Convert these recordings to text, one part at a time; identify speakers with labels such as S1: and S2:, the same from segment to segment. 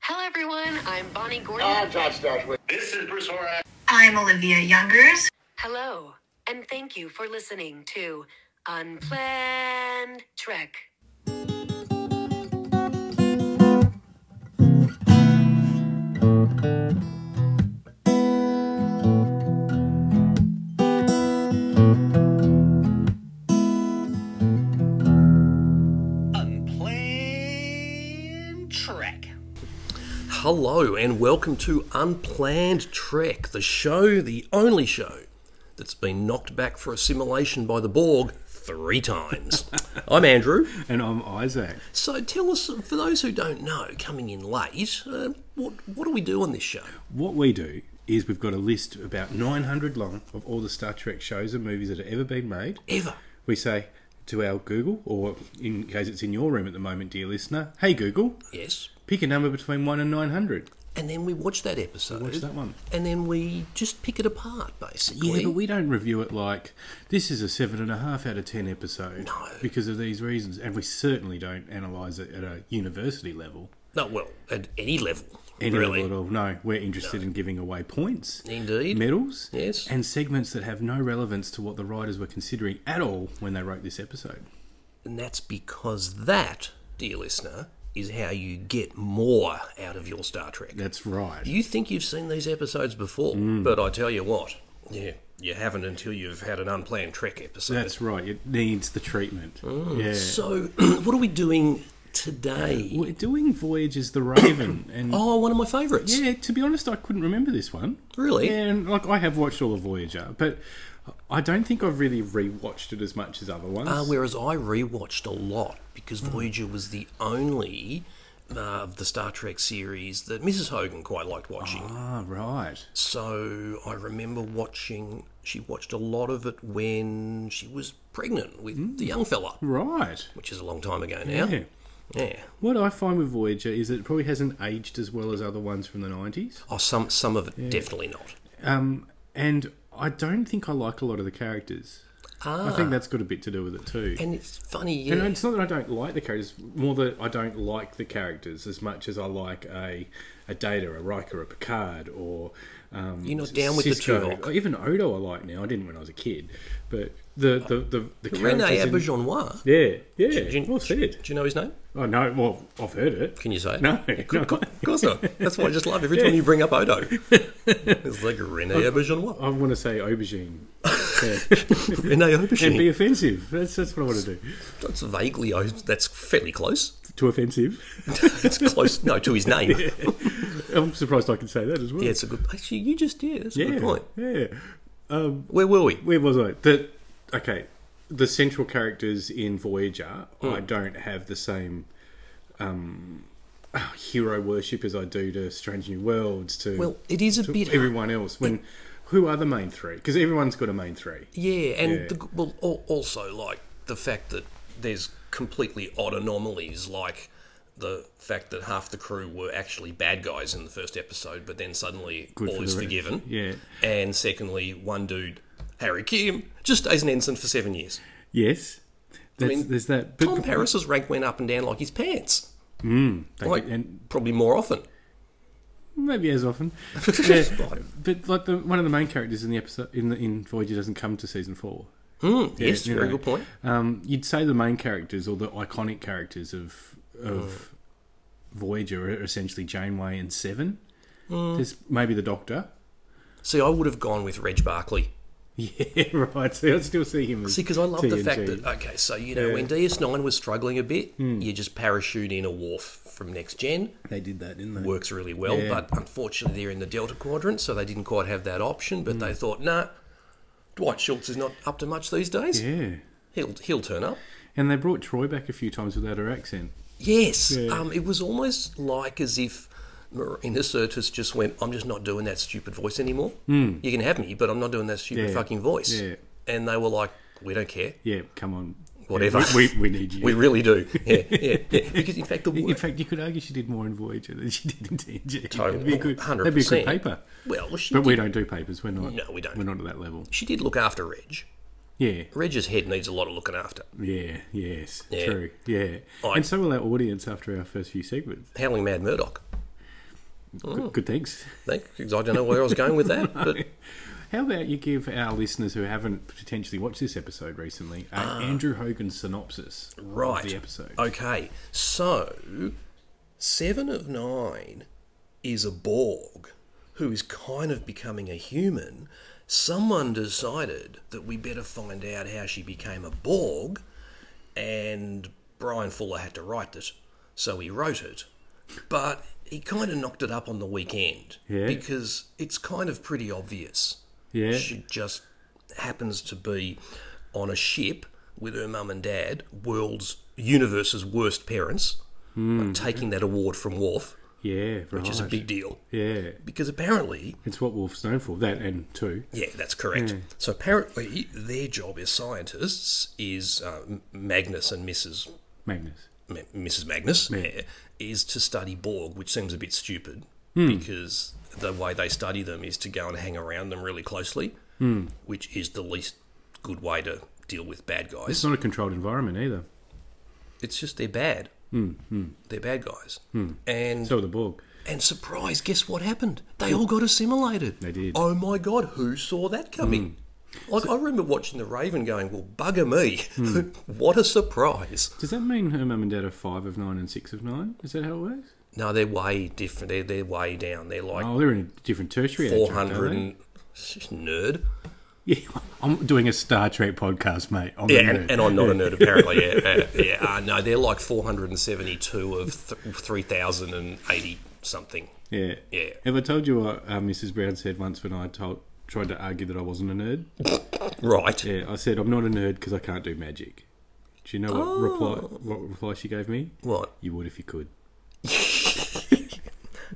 S1: Hello, everyone. I'm Bonnie Gordon.
S2: This is Bruce Horak.
S1: Uh, I'm Olivia Youngers. Hello, and thank you for listening to Unplanned Trek. Unplanned Trek.
S3: Hello and welcome to Unplanned Trek, the show, the only show that's been knocked back for assimilation by the Borg three times. I'm Andrew.
S4: And I'm Isaac.
S3: So tell us, for those who don't know, coming in late, uh, what what do we do on this show?
S4: What we do is we've got a list about 900 long of all the Star Trek shows and movies that have ever been made.
S3: Ever?
S4: We say to our Google, or in case it's in your room at the moment, dear listener, hey Google,
S3: Yes.
S4: pick a number between 1 and 900.
S3: And then we watch that episode.
S4: watch that one.
S3: And then we just pick it apart,
S4: Yeah,
S3: basically.
S4: but we don't review it like this is a seven and a half out of ten episode
S3: No.
S4: because of these reasons, and we certainly don't analyze it at a university level,
S3: No, well, at any level,
S4: any
S3: really.
S4: level at all. No, we're interested in giving away points,
S3: Indeed.
S4: medals,
S3: Yes.
S4: and segments that have no relevance to what the writers were considering at all when they wrote this episode.
S3: And that's because that, dear listener, is how you get more out of your Star Trek.
S4: That's right.
S3: You think you've seen these episodes before,
S4: Mm.
S3: but I tell you what, yeah, you haven't until you've had an unplanned Trek episode.
S4: That's right. It needs the treatment. Yeah.
S3: so, what are we doing today?
S4: We're doing Voyage is the Raven, and
S3: Oh, one of my favourites.
S4: Yeah, to be honest, I couldn't remember this one.
S3: Really?
S4: Yeah, and like I have watched all of Voyager, but I don't think I've really rewatched it as much as other ones.
S3: Uh, whereas I rewatched a lot because
S4: Mm.
S3: Voyager was the only uh, of the Star Trek series that Mrs. Hogan quite liked watching.
S4: ah, right.
S3: So I remember watching. She watched a lot of it when she was pregnant with the young fella,
S4: Right.
S3: which is a long time ago now.
S4: Mm. Yeah.
S3: Yeah.
S4: What I find with Voyager is it probably hasn't aged as well as other ones from the 90s.
S3: Oh, some some of it definitely not.
S4: Um, and I don't think I like a lot of the characters. I think that's got a bit to do with it too.
S3: Ah. And it's funny, yeah.
S4: And it's not that I don't like the characters, more that I don't like the characters as much as I like a a Data, a Riker, a Picard, or um,
S3: You're not down with the Tuvok.
S4: Even Odo, I like now. I didn't when I was a kid, but the the the, the
S3: Rene
S4: characters. in-
S3: Auberjonois.
S4: yeah, yeah.
S3: Do you,
S4: well
S3: do
S4: said.
S3: you know his name?
S4: Oh no, well I've heard it.
S3: Can you say it?
S4: No,
S3: Of cour- of course not. That's why I just love every time you bring up Odo. It's like Rene Auberjonois.
S4: I want to say aubergine
S3: Rene
S4: and be
S3: Auberjonois.
S4: offensive. That's that's what I want to do.
S3: That's vaguely, o- that's fairly close.
S4: Too offensive.
S3: It's close, no, to his name. Yeah,
S4: I'm surprised I can say that as well.
S3: it's a good, actually, you just did. That's a
S4: yeah,
S3: good point.
S4: yeah.
S3: Where were we?
S4: Where was I? The okay, the central characters in Voyager,
S3: Hmm.
S4: I don't have the same um, hero worship as I do to Strange New Worlds to
S3: Well, it is a
S4: to
S3: bit.
S4: everyone else. When who are the main three? Because everyone's got a main three.
S3: Yeah, and
S4: Yeah.
S3: The, well, al- also like the fact that there's completely odd anomalies, like the fact that half the crew were actually bad guys in the first episode, but then suddenly
S4: Good
S3: all
S4: for
S3: is
S4: the rest.
S3: forgiven.
S4: Yeah.
S3: and secondly, one dude, Harry Kim, just stays an ensign for seven years.
S4: Yes, that's,
S3: mean,
S4: there's that. But,
S3: Tom Paris's rank went up and down like his pants,
S4: they-
S3: like
S4: and
S3: probably more often.
S4: maybe as often. Yeah.
S3: Right.
S4: But like the, one of the main characters in the episode in the, in Voyager doesn't come to season four.
S3: yes,
S4: you
S3: very
S4: know.
S3: good point.
S4: Um, you'd say the main characters or the iconic characters of of Voyager are essentially Janeway and Seven.
S3: Mm.
S4: There's maybe the Doctor.
S3: See, I would have gone with Reg Barkley.
S4: Yeah, right. So I still see him. As
S3: See, because I love the fact
S4: TNG.
S3: that okay, so you know when DS9 was struggling a bit,
S4: Hmm.
S3: you just parachute in a wharf from next gen.
S4: they did that, didn't they?
S3: Works really well,
S4: Yeah.
S3: but unfortunately they're in the Delta Quadrant, so they didn't quite have that option. But
S4: Hmm.
S3: they thought, nah, Dwight Schultz is not up to much these days.
S4: Yeah,
S3: He'll he'll turn up.
S4: and they brought Troy back a few times without her accent.
S3: Yes, um, it was almost like as if Marina Sirtis just went, "I'm just not doing that stupid voice anymore. You can have me, but I'm not doing that stupid
S4: Hmm. Yeah.
S3: fucking voice."
S4: Yeah.
S3: And they were like, "We don't care."
S4: Yeah, come on.
S3: Whatever.
S4: We, we, we need you.
S3: We really do. Yeah, yeah, yeah. Because in fact, the
S4: in
S3: word,
S4: fact, you could argue she did more in Voyager than she did in TNG.
S3: Totally.
S4: That'd be a good, that'd be a
S3: 100%.
S4: good paper.
S3: well, she
S4: But
S3: did,
S4: we don't do papers. We're not.
S3: No, we don't.
S4: We're not at that level.
S3: she did look after Reg.
S4: Yeah.
S3: Reg's head needs a lot of looking after.
S4: Yeah, yes,
S3: Yeah.
S4: true. Yeah.
S3: I-
S4: and so will our audience after our first few segments.
S3: Howling Mad Murdoch. Oh.
S4: Good, good things.
S3: Because I don't know where I was going with that, but
S4: How about you give our listeners who haven't potentially watched this episode recently a Andrew Hogan synopsis
S3: Ah. right.
S4: of the episode?
S3: Okay, so Seven of Nine is a Borg who is kind of becoming a human. Someone decided that we better find out how she became a Borg, and Brian Fuller had to write this, so he wrote it. But he kind of knocked it up on the weekend
S4: Yeah.
S3: because it's kind of pretty obvious.
S4: Yeah.
S3: She just happens to be on a ship with her mum and dad, world's universe's worst parents, like, taking that award from Worf,
S4: Yeah, Hmm. right.
S3: which is a big deal.
S4: yeah.
S3: Because apparently,
S4: It's what Wolf's known for. That and two.
S3: yeah, that's correct.
S4: Hmm.
S3: So apparently, their job as scientists is uh, M- Magnus and Mrs.
S4: Magnus.
S3: M- Mrs. Magnus yeah, is to study Borg, which seems a bit stupid
S4: Hmm.
S3: because the way they study them is to go and hang around them really closely,
S4: Hmm.
S3: which is the least good way to deal with bad guys.
S4: It's not a controlled environment either.
S3: It's just they're bad. They're bad guys. And
S4: Hmm, So are the Borg.
S3: and surprise, guess what happened? They all got assimilated.
S4: They did. Hmm.
S3: Oh my god, who saw that coming? Like I remember watching the Raven going, "Well, bugger me! what a surprise!"
S4: Does that mean her mum and dad are five of nine and six of nine? Is that how it works?
S3: No, they're way different. They're they're way down. They're like
S4: Oh, they're in a different tertiary. age,
S3: four
S4: aren't
S3: hundred
S4: they?
S3: and nerd.
S4: Yeah, I'm doing a Star Trek podcast, mate. I'm
S3: Yeah,
S4: a
S3: and,
S4: nerd.
S3: and I'm not a nerd apparently. Yeah, yeah, yeah. Uh, no, they're like four hundred and seventy-two of th- three thousand and eighty something.
S4: yeah.
S3: Yeah.
S4: Have I told you what uh, Mrs. Brown said once when I told, tried to argue that I wasn't a nerd?
S3: Right.
S4: Yeah, I said I'm not a nerd because I can't do magic. Do you know what
S3: Oh.
S4: reply? What reply she gave me?
S3: What?
S4: You would if you could.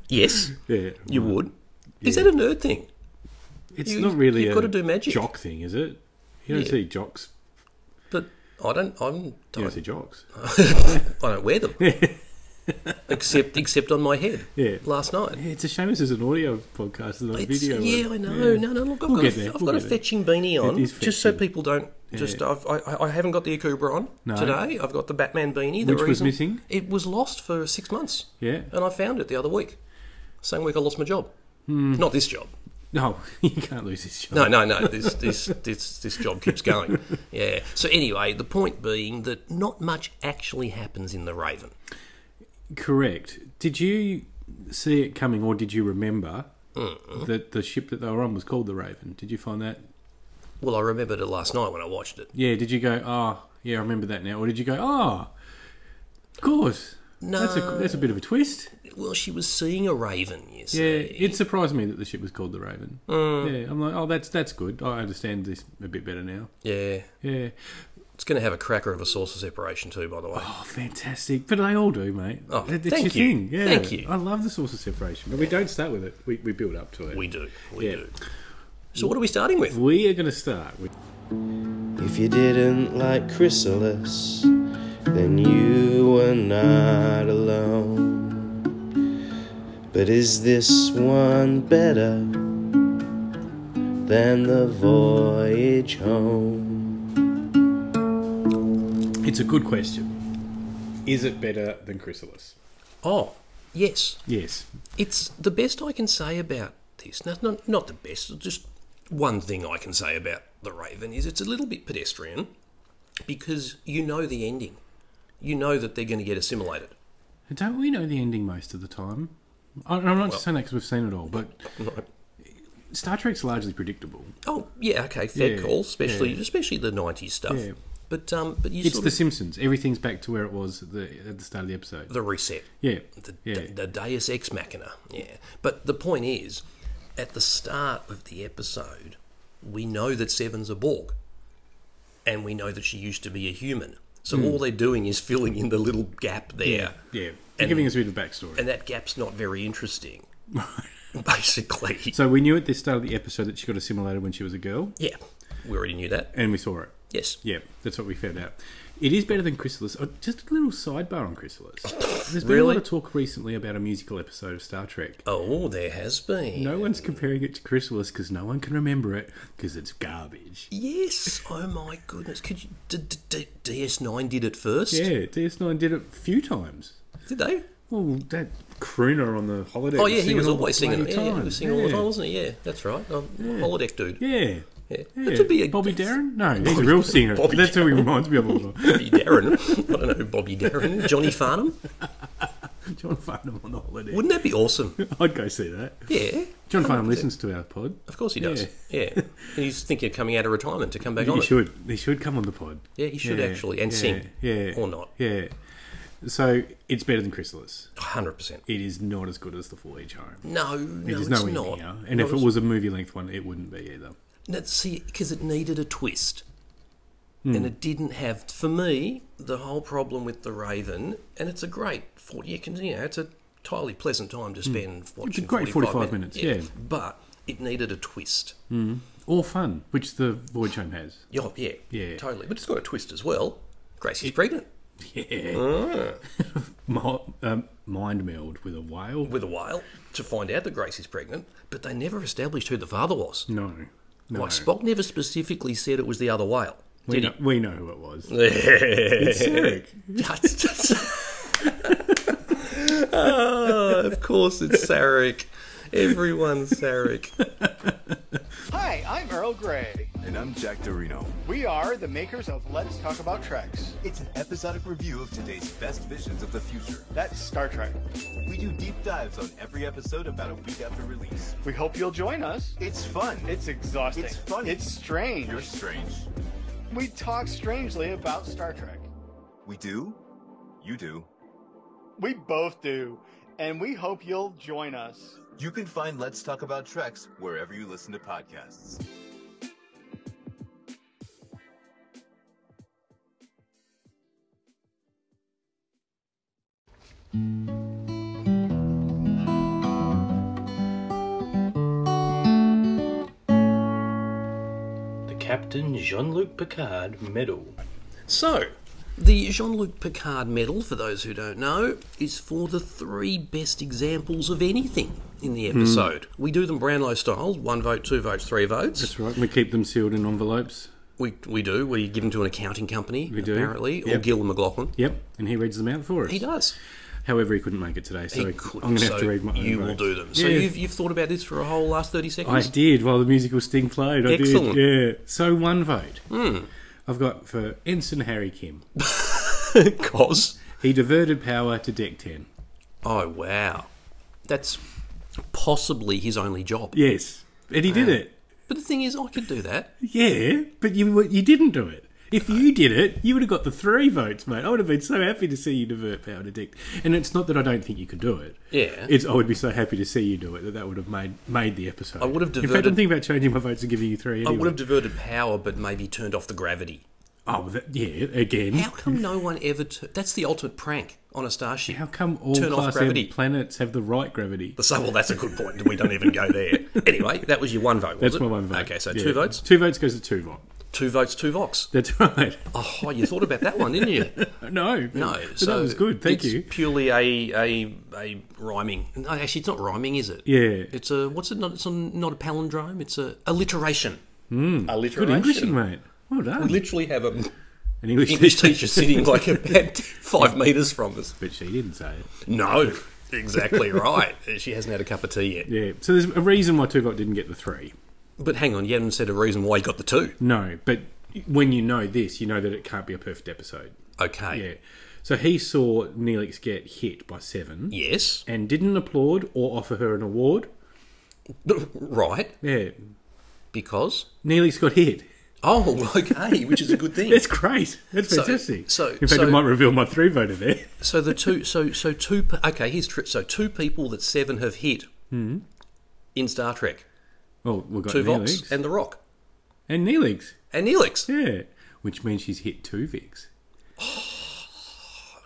S3: Yes.
S4: Yeah,
S3: You would. Is that a nerd thing?
S4: It's
S3: you-
S4: not really
S3: you've
S4: a
S3: gotta do magic.
S4: jock thing, is it? You don't
S3: Yeah.
S4: see jocks.
S3: But I don't. I'm.
S4: You
S3: Don't,
S4: don't see jocks.
S3: I don't wear them. except, except on my head.
S4: Yeah.
S3: Last night.
S4: Yeah, It's a shame this is an audio podcast and not a
S3: It's-
S4: video. one.
S3: yeah, I know.
S4: Yeah.
S3: No, no. Look, I've
S4: We'll
S3: got, a,
S4: get there,
S3: I've
S4: we'll
S3: got a
S4: get there.
S3: fetching beanie on,
S4: is
S3: just so
S4: fetching.
S3: people don't. Just I've, I, I- I haven't got the Akubra on
S4: No.
S3: today. I've got the Batman beanie. the
S4: Which was
S3: reason-
S4: missing?
S3: It was lost for six months.
S4: Yeah.
S3: And I found it the other week. Same week I lost my job.
S4: Hmm.
S3: Not this job.
S4: No, you can't lose this job.
S3: No, no, no. This this this this job keeps going. Yeah. So anyway, the point being that not much actually happens in the Raven.
S4: Correct. Did you see it coming, or did you remember
S3: Mm-hmm.
S4: that the ship that they were on was called the Raven? Did you find that?
S3: Well, I remembered it last night when I watched it.
S4: Yeah. Did you go? Oh, yeah, I remember that now. Or did you go? Oh, of course. No, that's a that's a bit of a twist.
S3: Well, she was seeing a Raven. You
S4: Yeah,
S3: see.
S4: it surprised me that the ship was called the Raven.
S3: Mm.
S4: Yeah, I'm like, oh, that's that's good. I understand this a bit better now.
S3: Yeah.
S4: Yeah.
S3: It's going to have a cracker of a saucer separation too, by the way.
S4: Oh, fantastic! But they all do, mate.
S3: Oh,
S4: That-
S3: thank
S4: your
S3: you.
S4: thing. Yeah.
S3: Thank you.
S4: I love the source of separation, but we don't start with it. We, we build up to it.
S3: We do. We
S4: Yeah.
S3: do. So what are we starting with?
S4: we are going to start with
S5: If you didn't like Chrysalis, then you were not alone. But is this one better than the voyage home?
S4: It's a good question. Is it better than Chrysalis?
S3: Oh, yes.
S4: Yes.
S3: It's the best I can say about this. No, not, not the best, just one thing I can say about The Raven is it's a little bit pedestrian because you know the ending. You know that they're going to get assimilated.
S4: Don't we know the ending most of the time? I- I'm not just saying that because we've seen it all, but Star Trek's largely predictable.
S3: Oh, yeah, okay, fair
S4: Yeah,
S3: call, especially especially the 90s stuff.
S4: Yeah.
S3: But um, but you
S4: It's
S3: sort
S4: The
S3: of,
S4: Simpsons. Everything's back to where it was at the, at the start of the episode.
S3: the reset.
S4: yeah.
S3: the,
S4: yeah.
S3: the Deus Ex Machina. Yeah. But the point is, at the start of the episode, we know that Seven's a Borg, and we know that she used to be a human. So all they're doing is filling in the little gap there,
S4: Hmm. yeah. They're giving us a bit of backstory.
S3: and that gap's not very interesting, basically.
S4: so we knew at the start of the episode that she got assimilated when she was a girl,
S3: yeah, we already knew that.
S4: and we saw it.
S3: Yes.
S4: Yeah, that's what we found out. It is better than Chrysalis. Oh, just a little sidebar on Chrysalis. There's been a
S3: Really?
S4: lot of talk recently about a musical episode of Star Trek.
S3: Oh, there has been.
S4: No one's comparing it to Chrysalis because no one can remember it because it's garbage.
S3: Yes. Oh my goodness. Could you? D- D- D- DS9 did it first.
S4: Yeah, DS9 did it a few times.
S3: Did they?
S4: Well, that crooner on the holiday.
S3: Oh, yeah, he was
S4: all the
S3: always singing.
S4: bloody
S3: Yeah, yeah, he was singing all the
S4: Yeah.
S3: time, wasn't he? Yeah, that's right. Um, Holodeck dude.
S4: Yeah.
S3: Yeah.
S4: yeah.
S3: That should be a
S4: Bobby
S3: that's-
S4: Darren? No, he's a real singer.
S3: Bobby
S4: That's who he reminds me of all the time.
S3: Bobby Darren. I don't know who Bobby Darren. is. Johnny Farnham.
S4: John Farnham on the holiday.
S3: Wouldn't that be awesome?
S4: I'd go see that.
S3: Yeah.
S4: John Farnham listens to our pod.
S3: Of course he does. Yeah. He's thinking of coming out of retirement to come back on
S4: He
S3: it.
S4: should. He should come on the pod.
S3: Yeah, he should actually, and
S4: yeah,
S3: sing.
S4: Yeah.
S3: Or not.
S4: Yeah. So it's better than Chrysalis.
S3: 100%.
S4: It is not as good as The Four Each Home.
S3: No, no,
S4: It is
S3: it's
S4: nowhere
S3: not.
S4: near. And if
S3: Not
S4: it
S3: as-
S4: was a movie length one, it wouldn't be either.
S3: No, see, because it needed a twist.
S4: Hmm.
S3: And it didn't have, for me, the whole problem with The Raven, and it's a great 40, you can, you know, it's a entirely pleasant time to spend watching
S4: Hmm. a great
S3: 45,
S4: 45 minutes, yeah. Hmm.
S3: But it needed a twist.
S4: Or fun, which the Voyage Home has.
S3: Yeah, yeah,
S4: Yeah.
S3: totally. But it's got a twist as well. Gracie's pregnant
S4: Yeah. Mo- um, mind meld with a whale.
S3: with a whale to find out that Gracie's pregnant, but they never established who the father was.
S4: No. No.
S3: Like Spock never specifically said it was the other whale.
S4: we,
S3: Did
S4: know, we know who it was.
S3: he?
S4: Sick.
S3: That's just- Ah, of course, it's Sarek. Everyone's Sarek.
S6: Hi, I'm Earl Grey.
S7: And I'm Jack Dorino.
S6: We are the makers of Let's Talk About Treks.
S7: It's an episodic review of today's best visions of the future.
S6: That's Star Trek.
S7: We do deep dives on every episode about a week after release.
S6: We hope you'll join us.
S7: It's fun.
S6: It's exhausting.
S7: It's funny.
S6: It's strange.
S7: You're strange.
S6: We talk strangely about Star Trek.
S7: We do. You do.
S6: We both do. And we hope you'll join us.
S7: You can find Let's Talk About Treks wherever you listen to podcasts.
S8: The Captain Jean Luc Picard Medal.
S3: So, the Jean Luc Picard Medal, for those who don't know, is for the three best examples of anything in the episode.
S4: Hmm.
S3: We do them Brownlow style one vote, two votes, three votes.
S4: That's right. We keep them sealed in envelopes.
S3: We, we do. We give them to an accounting company,
S4: We do.
S3: apparently, or
S4: Yep.
S3: Gil McLaughlin.
S4: Yep. And he reads them out for us.
S3: He does.
S4: However, he couldn't make it today, so
S3: he
S4: I'm
S3: could.
S4: going to
S3: so
S4: have to read my own
S3: you will
S4: notes.
S3: do them. So
S4: Yeah.
S3: you've, you've thought about this for a whole last 30
S4: I
S3: seconds?
S4: did while the musical Sting played. I
S3: Excellent. Hmm.
S4: did. Yeah. So one vote. I've got for Ensign Harry Kim.
S3: Cos.
S4: He diverted power to Deck 10.
S3: Oh, wow. That's possibly his only job.
S4: Yes. And he did it.
S3: But the thing is, I could do that.
S4: Yeah, but you you didn't do it. If you did it, you would have got the three votes, mate. I would have been so happy to see you divert power to Dick. And it's not that I don't think you could do it.
S3: Yeah.
S4: it's I would be so happy to see you do it that that would have made made the episode.
S3: I would have
S4: In fact, I'm
S3: diverted-
S4: thinking about changing my votes and giving you three. Anyway.
S3: I would have diverted power, but maybe turned off the gravity.
S4: Oh, well, that, yeah, again.
S3: How come no one ever. T- That's the ultimate prank on a starship.
S4: How come all
S3: Turn off
S4: class M
S3: gravity.
S4: planets have the right gravity?
S3: So, well, that's a good point. We don't even go there. Anyway, that was your one vote. Was
S4: That's
S3: it?
S4: my one vote.
S3: Okay, so
S4: Yeah.
S3: two votes,
S4: Two votes goes to two vote.
S3: two votes, two vox.
S4: That's right.
S3: Oh, you thought about that one, didn't you?
S4: No,
S3: No,
S4: but
S3: so
S4: that was good. Thank
S3: it's
S4: you.
S3: Purely a a a rhyming. No, actually, it's not rhyming, is it?
S4: Yeah.
S3: It's a what's it? Not it's a, not a palindrome. It's a alliteration. alliteration.
S4: Hmm. Good English, mate. Well done.
S3: We literally have a
S4: An English,
S3: English teacher sitting like about five meters from us.
S4: but she didn't say it.
S3: No, exactly right. She hasn't had a cup of tea yet.
S4: Yeah, so there's a reason why Tuvok didn't get the three.
S3: But hang on, you haven't said a reason why you got the two.
S4: No, but when you know this, you know that it can't be a perfect episode.
S3: Okay.
S4: Yeah. So he saw Neelix get hit by seven
S3: Yes.
S4: and didn't applaud or offer her an award.
S3: Right.
S4: Yeah.
S3: Because.
S4: Neelix got hit.
S3: Oh, okay, which is a good thing.
S4: That's great. That's
S3: So-
S4: fantastic.
S3: so-
S4: in fact,
S3: so-
S4: it might reveal my three voter there.
S3: So the two, so so two. pe- Okay, here's tri- so two people that Seven have hit in Star Trek:
S4: Oh, we've Hmm. got
S3: Two
S4: Neelix
S3: Vox and The Rock
S4: and Neelix.
S3: and Neelix.
S4: Yeah, which means she's hit two Vicks.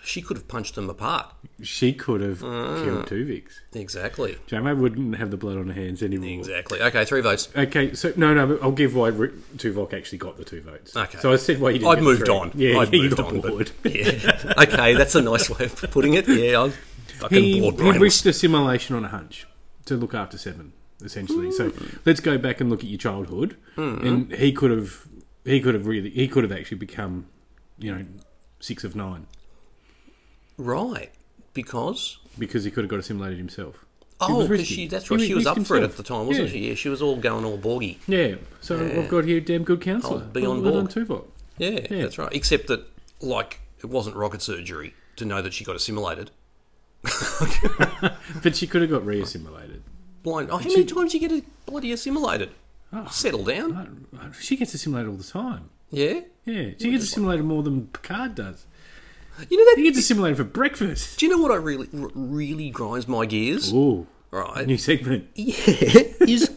S3: She could have punched them apart.
S4: She could have
S3: Uh.
S4: killed two Vicks.
S3: Exactly.
S4: Jamo wouldn't have the blood on her hands anymore.
S3: Exactly. Okay, three votes.
S4: Okay, so no, no, but I'll give why Ru- Tuvok actually got the two votes.
S3: Okay.
S4: So I said why you didn't.
S3: I've
S4: get
S3: moved
S4: three.
S3: on.
S4: Yeah,
S3: I've
S4: he
S3: moved
S4: got
S3: on, but-
S4: bored.
S3: Yeah. okay, that's a nice way of putting it. Yeah, I'm fucking
S4: He,
S3: bored.
S4: he
S3: brainless.
S4: risked assimilation on a hunch to look after Seven, essentially. So
S3: Hmm.
S4: let's go back and look at your childhood, and he could have, he could have really, he could have actually become, you know, six of nine.
S3: Right, because
S4: because he could have got assimilated himself. It
S3: Oh,
S4: was
S3: because
S4: risky.
S3: she, that's
S4: He
S3: right.
S4: ri-
S3: She was up
S4: risked
S3: for it at
S4: himself.
S3: the time, wasn't
S4: Yeah.
S3: she? Yeah, she was all going all boggy.
S4: Yeah. So I've got here damn good counsellor.
S3: I'll be on
S4: Well
S3: board.
S4: done, Tuvok.
S3: Yeah,
S4: Yeah.
S3: that's right. Except that, like, it wasn't rocket surgery to know that she got assimilated.
S4: But she could have got reassimilated.
S3: Blind. Oh, how many times you get a bloody assimilated?
S4: Ah.
S3: Settle down.
S4: She gets assimilated all the time.
S3: Yeah.
S4: Yeah, she gets assimilated more than Picard does.
S3: You know
S4: He
S3: that.
S4: gets assimilated for breakfast.
S3: Do you know what I really, r- really grinds my gears?
S4: Ooh,
S3: Right.
S4: new segment.
S3: Yeah, is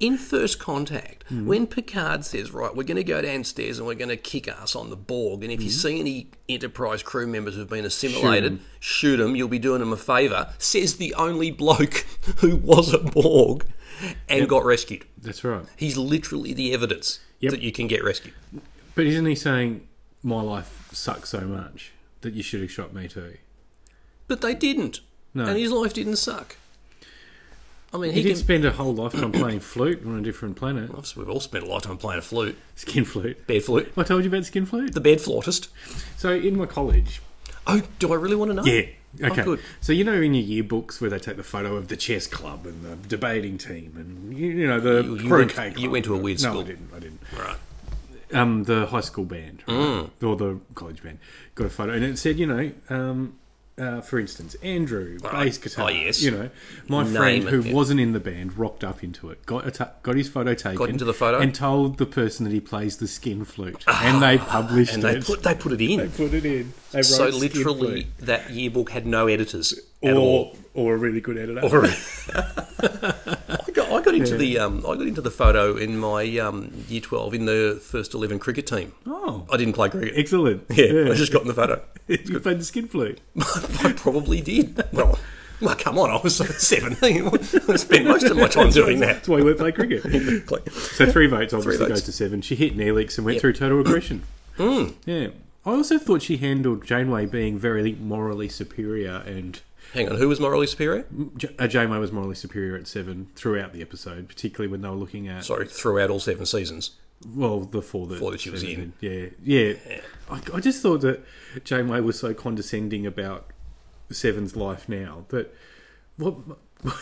S3: in First Contact when Picard says, "Right, we're going to go downstairs and we're going to kick ass on the Borg, and if you see any Enterprise crew members who've been assimilated, shoot them. You'll be doing them a favour." Says the only bloke who was a Borg and got rescued.
S4: That's right.
S3: He's literally the evidence
S4: Yep.
S3: that you can get rescued.
S4: But isn't he saying my life sucks so much that you should have shot me too?
S3: But they didn't,
S4: No.
S3: and his life didn't suck. I mean,
S4: He
S3: he,
S4: did
S3: can.
S4: spend a whole lifetime playing flute on a different planet.
S3: Obviously, we've all spent a lot of time playing a flute,
S4: Skin flute.
S3: bed flute,
S4: I told you about skin flute.
S3: the bed flautist.
S4: So in my college,
S3: Oh, do I really want to know?
S4: Yeah.
S3: Oh,
S4: Okay.
S3: good.
S4: So you know in your yearbooks where they take the photo of the chess club and the debating team and you, you know the
S3: You- you
S4: croquet
S3: went-
S4: club.
S3: you went to a weird
S4: no,
S3: school.
S4: I didn't. I didn't.
S3: Right. Mm.
S4: Um, the high school band right? or the college band got a photo and it said you know. Um, uh, for instance, Andrew, bass guitar.
S3: Oh, yes.
S4: You know, my
S3: Name
S4: friend
S3: it,
S4: who
S3: yeah.
S4: wasn't in the band rocked up into it, got a ta- got his photo taken,
S3: into the photo?
S4: and told the person that he plays the skin flute, and they published
S3: and they
S4: it.
S3: put they put it
S4: they
S3: in.
S4: put it in. They wrote
S3: So
S4: skin flute.
S3: literally, that yearbook had no editors at
S4: or
S3: all.
S4: or a really good editor.
S3: Or- I got, I got into the um, I got into the photo in my um, year twelve in the first eleven cricket team.
S4: Oh.
S3: I didn't play cricket.
S4: Excellent.
S3: yeah, I just got in the photo.
S4: you played the skin flute.
S3: I probably did. Well, well, come on, I was seventeen. I spent most of my time doing that.
S4: That's why you won't play cricket. so three votes obviously
S3: votes. Hmm.
S4: goes to seven. She hit Neelix and went through total aggression. Yeah. I also thought she handled Janeway being very morally superior, and
S3: Hang on, who was morally superior?
S4: J- uh, Janeway was morally superior at seven throughout the episode, particularly when they were looking at
S3: Sorry, throughout all seven seasons.
S4: well the four that,
S3: Four that she was in.
S4: Yeah, yeah. I, I just thought that Janeway was so condescending about Seven's life now that what.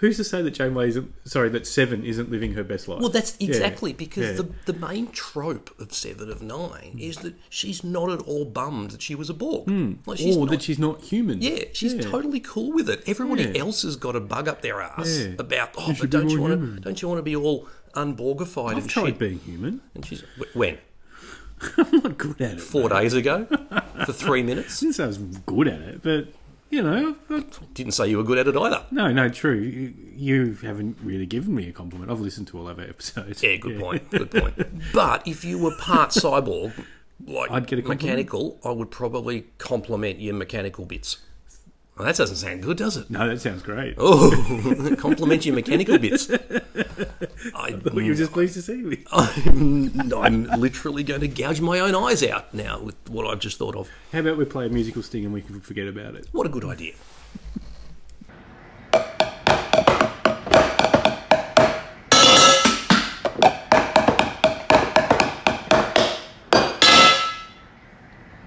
S4: Who's to say that Janeway isn't sorry that Seven isn't living her best life?
S3: Well, that's
S4: Yeah,
S3: exactly because
S4: yeah.
S3: the the main trope of Seven of Nine is that she's not at all bummed that she was a Borg. Like she's
S4: Hmm. or
S3: not,
S4: that she's not human.
S3: yeah, she's
S4: Yeah.
S3: totally cool with it. Everybody
S4: Yeah.
S3: else has got a bug up their ass
S4: Yeah.
S3: about oh,
S4: You
S3: but
S4: should be
S3: don't you
S4: more
S3: want to
S4: human."
S3: don't you want to be all unborgified
S4: I've
S3: and
S4: tried
S3: shit?
S4: being human.
S3: And she's "Wh- when
S4: I'm not good at it.
S3: four days ago for three minutes.
S4: Since I was good at it, but you know, I've- I've-
S3: Didn't say you were good at it either.
S4: no, no, true. You, you haven't really given me a compliment. I've listened to all of our episodes.
S3: Yeah, good point. Good point. But if you were part cyborg, like
S4: I'd get a compliment.
S3: mechanical, I would probably compliment your mechanical bits. Well, that doesn't sound good, does it?
S4: No, that sounds great.
S3: Oh, compliment your mechanical bits. I,
S4: Well, you were just pleased to see me.
S3: I'm, I'm literally going to gouge my own eyes out now with what I've just thought of.
S4: How about we play a musical sting and we can forget about it?
S3: What a good idea.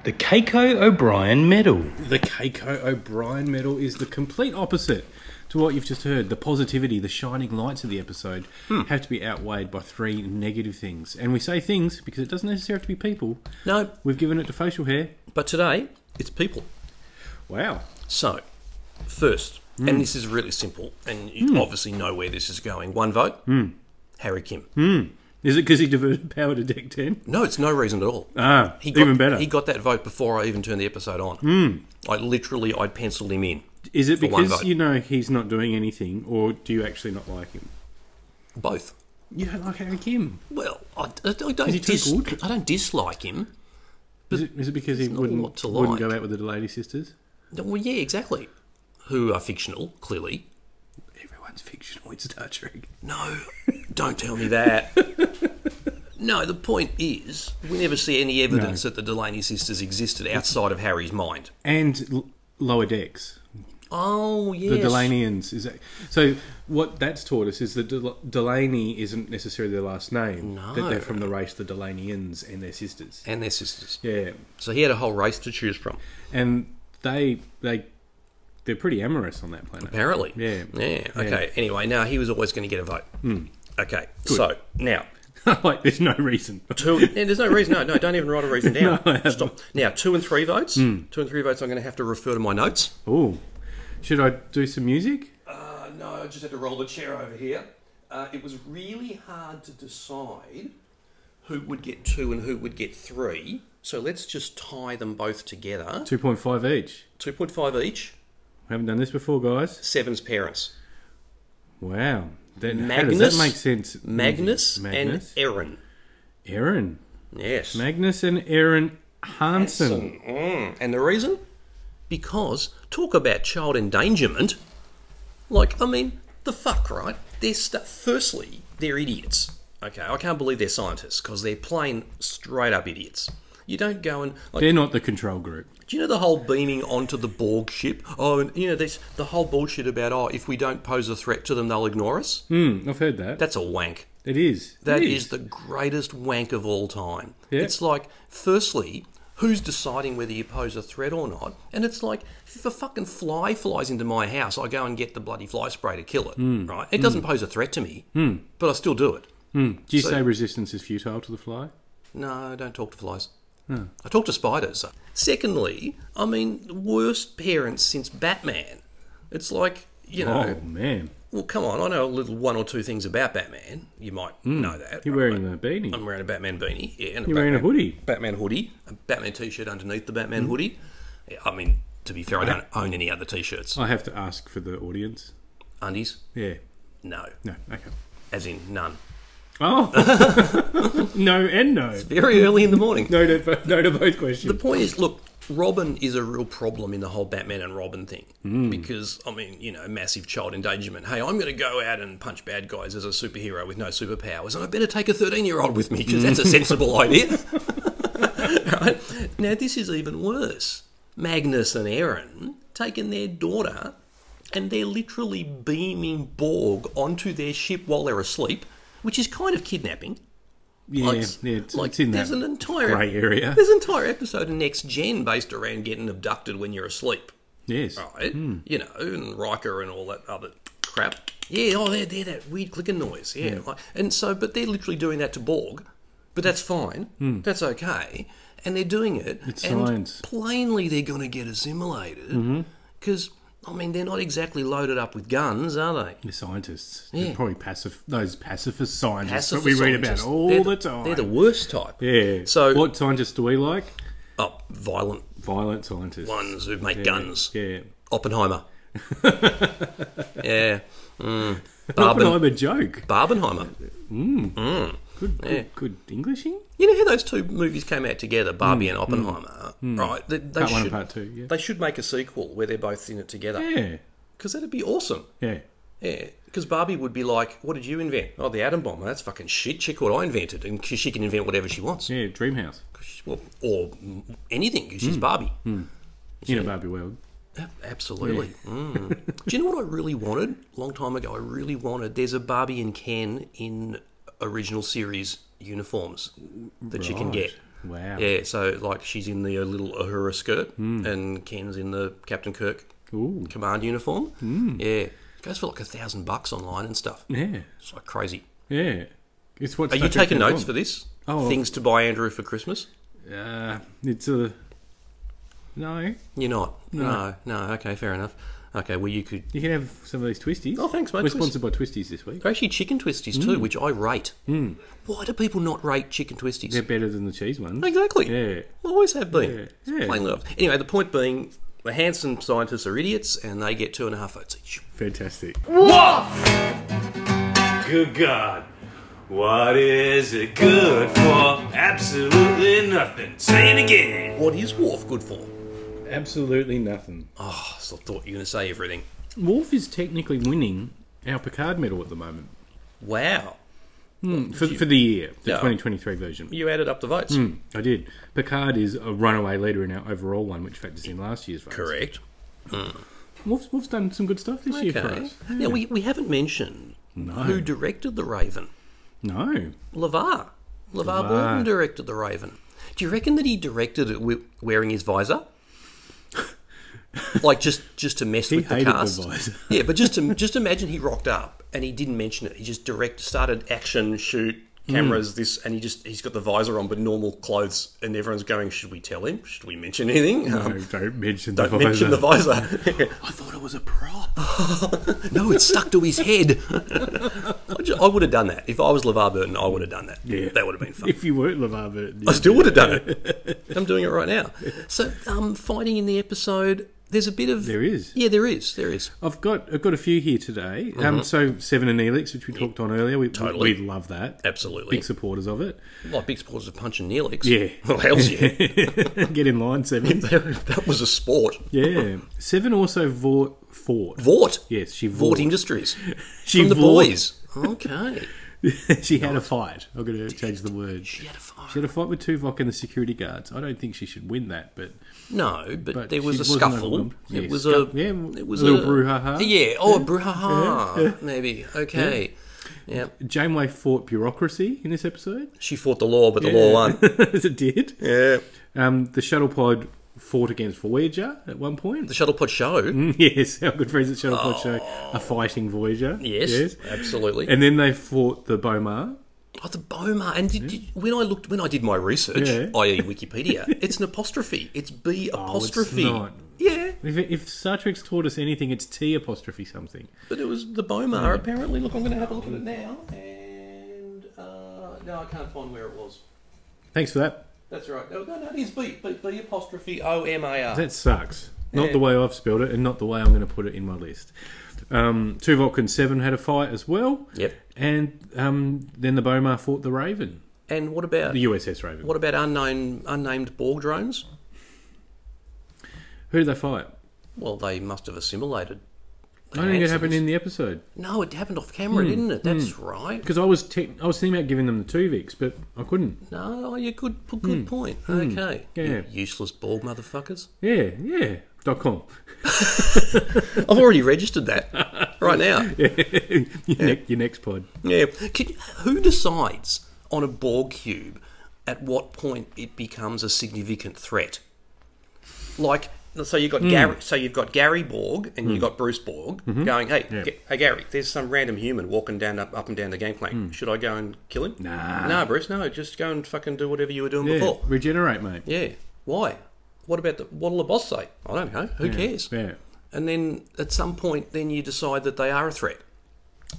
S8: The Keiko O'Brien Medal.
S4: The Keiko O'Brien medal is the complete opposite to what you've just heard. The positivity, the shining lights of the episode
S3: Hmm.
S4: have to be outweighed by three negative things. And we say things because it doesn't necessarily have to be people.
S3: No,
S4: We've given it to facial hair.
S3: but today it's people.
S4: Wow.
S3: So, first,
S4: Hmm.
S3: and this is really simple, and you obviously know where this is going. One vote,
S4: Hmm.
S3: Harry Kim.
S4: Is it because he diverted power to deck 10?
S3: No, it's no reason at all.
S4: Ah,
S3: got,
S4: even better. Hmm.
S3: He got that vote before I even turned the episode on. I literally, I penciled him in.
S4: Is it
S3: for one
S4: because
S3: vote.
S4: you know he's not doing anything or do you actually not like him?
S3: Both.
S4: You don't like Harry Kim.
S3: Well, I, I don't.
S4: Is he too
S3: dis-
S4: good?
S3: I don't dislike him.
S4: Is it, is it because he
S3: not a lot
S4: wouldn't,
S3: to
S4: wouldn't
S3: like.
S4: go out with the Lady Sisters?
S3: No, Well, yeah, exactly. Who are fictional, clearly.
S4: Everyone's fictional in Star Trek.
S3: No, don't tell me that. no, the point is, we never see any evidence that the Delaney sisters existed outside of Harry's mind.
S4: And L- Lower Decks.
S3: Oh, yes.
S4: The Delanians is that, so. What that's taught us is that Del- Delaney isn't necessarily their last name.
S3: No.
S4: That they're from the race the Delanians and their sisters.
S3: And their sisters.
S4: Yeah,
S3: So he had a whole race to choose from.
S4: and they they they're pretty amorous on that planet.
S3: Apparently.
S4: Yeah. Hmm.
S3: Yeah. Okay. Anyway, now he was always going to get a vote. Okay. So now,
S4: like, there's no reason.
S3: two. yeah, there's no reason. No, no, don't even write a reason down. Stop. Now, two and three votes.
S4: Hmm.
S3: Two and three votes. I'm going to have to refer to my notes.
S4: Ooh, should I do some music?
S3: Uh, no, I just had to roll the chair over here. Uh, it was really hard to decide who would get two and who would get three. So let's just tie them both together.
S4: Two point five each.
S3: 2.5 each.
S4: We haven't done this before, guys.
S3: Seven's parents.
S4: Wow. Then
S3: Magnus.
S4: how does that make sense?
S3: Magnus,
S4: Magnus,
S3: and Aaron.
S4: Aaron,
S3: Yes.
S4: Magnus, and Aaron Hansen.
S3: Mm. And the reason? Because talk about child endangerment. Like, I mean, the fuck, right? They're st- firstly, they're idiots. Okay, I can't believe they're scientists because they're plain straight up idiots. You don't go and like,
S4: They're not the control group.
S3: do you know the whole beaming onto the Borg ship? Oh, and you know this the whole bullshit about oh, if we don't pose a threat to them, they'll ignore us.
S4: Hmm, I've heard that.
S3: That's a wank.
S4: it is.
S3: That
S4: It
S3: is the greatest wank of all time.
S4: Yeah.
S3: It's like, firstly, who's deciding whether you pose a threat or not? And it's like, if a fucking fly flies into my house, I go and get the bloody fly spray to kill it, right? It doesn't pose a threat to me, but I still do it.
S4: Do you say resistance is futile to the fly?
S3: No, I don't talk to flies. I talk to spiders. Secondly, I mean, worst parents since Batman. It's like, you know,
S4: Oh man,
S3: well, come on, I know a little one or two things about Batman. You might know that.
S4: you're
S3: right?
S4: wearing a beanie.
S3: I'm wearing a Batman beanie. Yeah, and
S4: you're wearing a
S3: Batman-
S4: hoodie. Mm-hmm.
S3: Batman hoodie, a Batman t-shirt underneath the Batman hoodie. Yeah, I mean, to be fair, I don't own any other t-shirts.
S4: I have to ask for the audience.
S3: Undies?
S4: Yeah.
S3: No,
S4: No. Okay.
S3: as in none.
S4: Oh. no and no.
S3: Very early in the morning.
S4: No to bo- no to both
S3: The
S4: questions.
S3: point is, look, Robin is a real problem in the whole Batman and Robin thing because I mean, you know, massive child endangerment. Hey, I'm going to go out and punch bad guys as a superhero with no superpowers, and I better take a 13 year old with me because that's a sensible idea. right? Now, this is even worse. Magnus and Aaron taking their daughter and they're literally beaming Borg onto their ship while they're asleep, which is kind of kidnapping.
S4: Yeah,
S3: Like,
S4: yeah, it's,
S3: like
S4: it's in
S3: there's
S4: that
S3: an entire
S4: grey area.
S3: There's an entire episode of Next Gen based around getting abducted when you're asleep,
S4: Yes.
S3: right?
S4: Hmm.
S3: You know, and Riker and all that other crap. Yeah, oh, they're, they're that weird clicking noise. Yeah, like- and so, but they're literally doing that to Borg, but that's fine. That's okay, and they're doing it.
S4: Hmm. It's
S3: and
S4: science. Mm-hmm.
S3: Plainly, they're going to get assimilated because. I mean, they're not exactly loaded up with guns, are they?
S4: The scientists.
S3: Yeah.
S4: They're probably pacif- those pacifist scientists
S3: Pacifist
S4: that we read about
S3: scientists.
S4: all
S3: They're
S4: the, time.
S3: They're the worst type.
S4: yeah.
S3: So,
S4: what scientists do we like?
S3: oh, violent
S4: Violent scientists.
S3: ones who make guns.
S4: Yeah.
S3: Oppenheimer. yeah. Mm. Barben-
S4: Oppenheimer joke.
S3: Barbenheimer.
S4: Good, good, good Englishing.
S3: You know how those two movies came out together,
S4: Hmm.
S3: Barbie and Oppenheimer, right? They, they
S4: Part
S3: should,
S4: one and part two, yeah.
S3: They should make a sequel where they're both in it together
S4: Yeah.
S3: because that'd be awesome.
S4: Yeah.
S3: Yeah, because Barbie would be like, "What did you invent? Oh, the atom bomb. That's fucking shit. Check what I invented." And she she can invent whatever she wants,
S4: Yeah. Dreamhouse.
S3: well, or mm, anything. 'cause
S4: Hmm.
S3: She's Barbie.
S4: In a Barbie world.
S3: Ab- Absolutely. Mm. Do you know what I really wanted? Long time ago, I really wanted. There's a Barbie and Ken in original series uniforms that you can
S4: Right. Hmm.
S3: get.
S4: Wow.
S3: Yeah, so like she's in the uh, little Uhura skirt, and Ken's in the Captain Kirk
S4: Ooh.
S3: command uniform.
S4: Hmm.
S3: Mm. Yeah, goes for like a thousand bucks online and stuff.
S4: Yeah.
S3: It's like crazy.
S4: Yeah. It's what
S3: Are you taking notes for this?
S4: Oh,
S3: Things to buy Andrew for Christmas?
S4: Uh, it's a no.
S3: You're not. No, no. Okay, fair enough. Okay, well you could
S4: You can have some of these twisties.
S3: Oh, thanks, mate.
S4: We're sponsored by Twisties this week.
S3: They're actually chicken twisties
S4: Mm.
S3: too, which I rate. Why do people not rate chicken twisties?
S4: They're better than the cheese ones.
S3: Exactly.
S4: Yeah.
S3: Always have been.
S4: Yeah.
S3: It's
S4: Yeah.
S3: Plain love. Anyway, the point being, the Hanson scientists are idiots, and they get two and a half votes each.
S4: Fantastic.
S9: Good God. What is it good for? Absolutely nothing. Say it again.
S3: What is Worf good for?
S4: Absolutely nothing.
S3: Oh, I still thought you were going to say everything.
S4: Worf is technically winning our Picard medal at the moment
S3: Wow,
S4: for, for the year, the
S3: Yeah.
S4: 2023 version.
S3: you added up the votes.
S4: I did. Picard is a runaway leader in our overall one, which factors in last year's votes.
S3: Correct.
S4: Worf's, Worf's done some good stuff this year for
S3: Okay.
S4: us.
S3: Now we, we haven't mentioned who directed the Raven.
S4: No.
S3: Levar. Levar Burton directed the Raven. Do you reckon that he directed it wi- wearing his visor? like just just to mess
S4: He
S3: with the
S4: hated
S3: cast.
S4: Budweiser.
S3: yeah, but just to, just imagine he rocked up and he didn't mention it. He just direct started action shoot cameras
S4: Hmm.
S3: this and he just he's got the visor on but normal clothes and everyone's going should we tell him should we mention anything
S4: No,
S3: Um,
S4: don't mention
S3: don't
S4: the
S3: mention the
S4: visor.
S3: visor
S4: I thought it was a prop.
S3: no it's stuck to his head I, ju- I would have done that if I was LeVar Burton I would have done that
S4: Yeah.
S3: that would have been fun
S4: If you weren't LeVar Burton,
S3: I still would have done it. I'm doing it right now. So, um, fighting in the episode, there's a bit of
S4: There is.
S3: yeah, there is, there is.
S4: I've got I've got a few here today. Um, so Seven and Elix, which we talked on earlier, we
S3: Mm-hmm. Totally.
S4: we love that.
S3: Absolutely,
S4: Big supporters of it.
S3: like big supporters of Punch and Neelix.
S4: Yeah.
S3: well, hell's yeah.
S4: Get in line, Seven.
S3: that was a sport.
S4: yeah, Seven also vought fought.
S3: Vort.
S4: Yes, she
S3: Vort
S4: vought.
S3: Industries.
S4: She
S3: From the
S4: vought.
S3: boys. Okay.
S4: she had a fight. I'm going to change the word.
S3: She
S4: She
S3: had a fight.
S4: had a fight with Tuvok and the security guards. I don't think she should win that, but
S3: No, but,
S4: But
S3: there was
S4: she
S3: a
S4: wasn't
S3: scuffle.
S4: overwhelmed.
S3: It
S4: Yeah,
S3: was a
S4: scuff- yeah,
S3: it was
S4: a little brouhaha.
S3: Yeah, oh, a brouhaha. Maybe. Okay. Yeah.
S4: Janeway fought bureaucracy in this episode.
S3: She fought the law, but the law won.
S4: As it did.
S3: Yeah.
S4: Um, the shuttle pod fought against Voyager at one point.
S3: The Shuttlepod show.
S4: Mm. Yes, our good friends at Shuttlepod Show are fighting Voyager.
S3: Yes, absolutely.
S4: And then they fought the Bomar.
S3: Oh, the Boma. And did, did, when I looked, when I did my research,
S4: Hmm? Yeah. Oh,
S3: i.e., Wikipedia, it's an apostrophe. It's B apostrophe.
S4: not.
S3: Yeah,
S4: If, if Star Trek's taught us anything, it's T apostrophe something.
S3: but it was the Boma. Apparently, look, I'm going to have a look at it now. And uh, no, I can't find where it was.
S4: Thanks for that.
S3: That's right. No, no, no, it is B. B, B apostrophe O M A R.
S4: That sucks. Not
S3: Yeah.
S4: the way I've spelled it, and not the way I'm going to put it in my list. Um, Tuvok and Seven had a fight as well.
S3: Yep.
S4: And um, then the Bomar fought the Raven,
S3: And what about
S4: the USS Raven.
S3: what about unknown unnamed Borg drones?
S4: Who did they fight?
S3: Well, they must have assimilated.
S4: I don't think it happened in Hmm. the episode
S3: No, it happened off camera, didn't it? That's right.
S4: because I was te- I was thinking about giving them the Tuviks, but I couldn't.
S3: No, oh, yeah, good, p- good point. Okay.
S4: Yeah.
S3: You useless bald motherfuckers.
S4: Yeah, yeah. Dot com.
S3: I've already registered that right now. Yeah.
S4: your, ne- your next pod.
S3: Can you- who decides on a Borg cube at what point it becomes a significant threat? Like, so you've got Gary, so you've got Gary Borg and you've got Bruce Borg going, hey, Ga- hey, Gary, there's some random human walking down up, up and down the gangplank. Should I go and kill him?
S4: Nah.
S3: no, Bruce, no, just go and fucking do whatever you were doing
S4: Yeah,
S3: before.
S4: regenerate, mate.
S3: Yeah. Why? What about the what'll the boss say? I don't know. Who cares?
S4: Yeah.
S3: And then at some point, then you decide that they are a threat.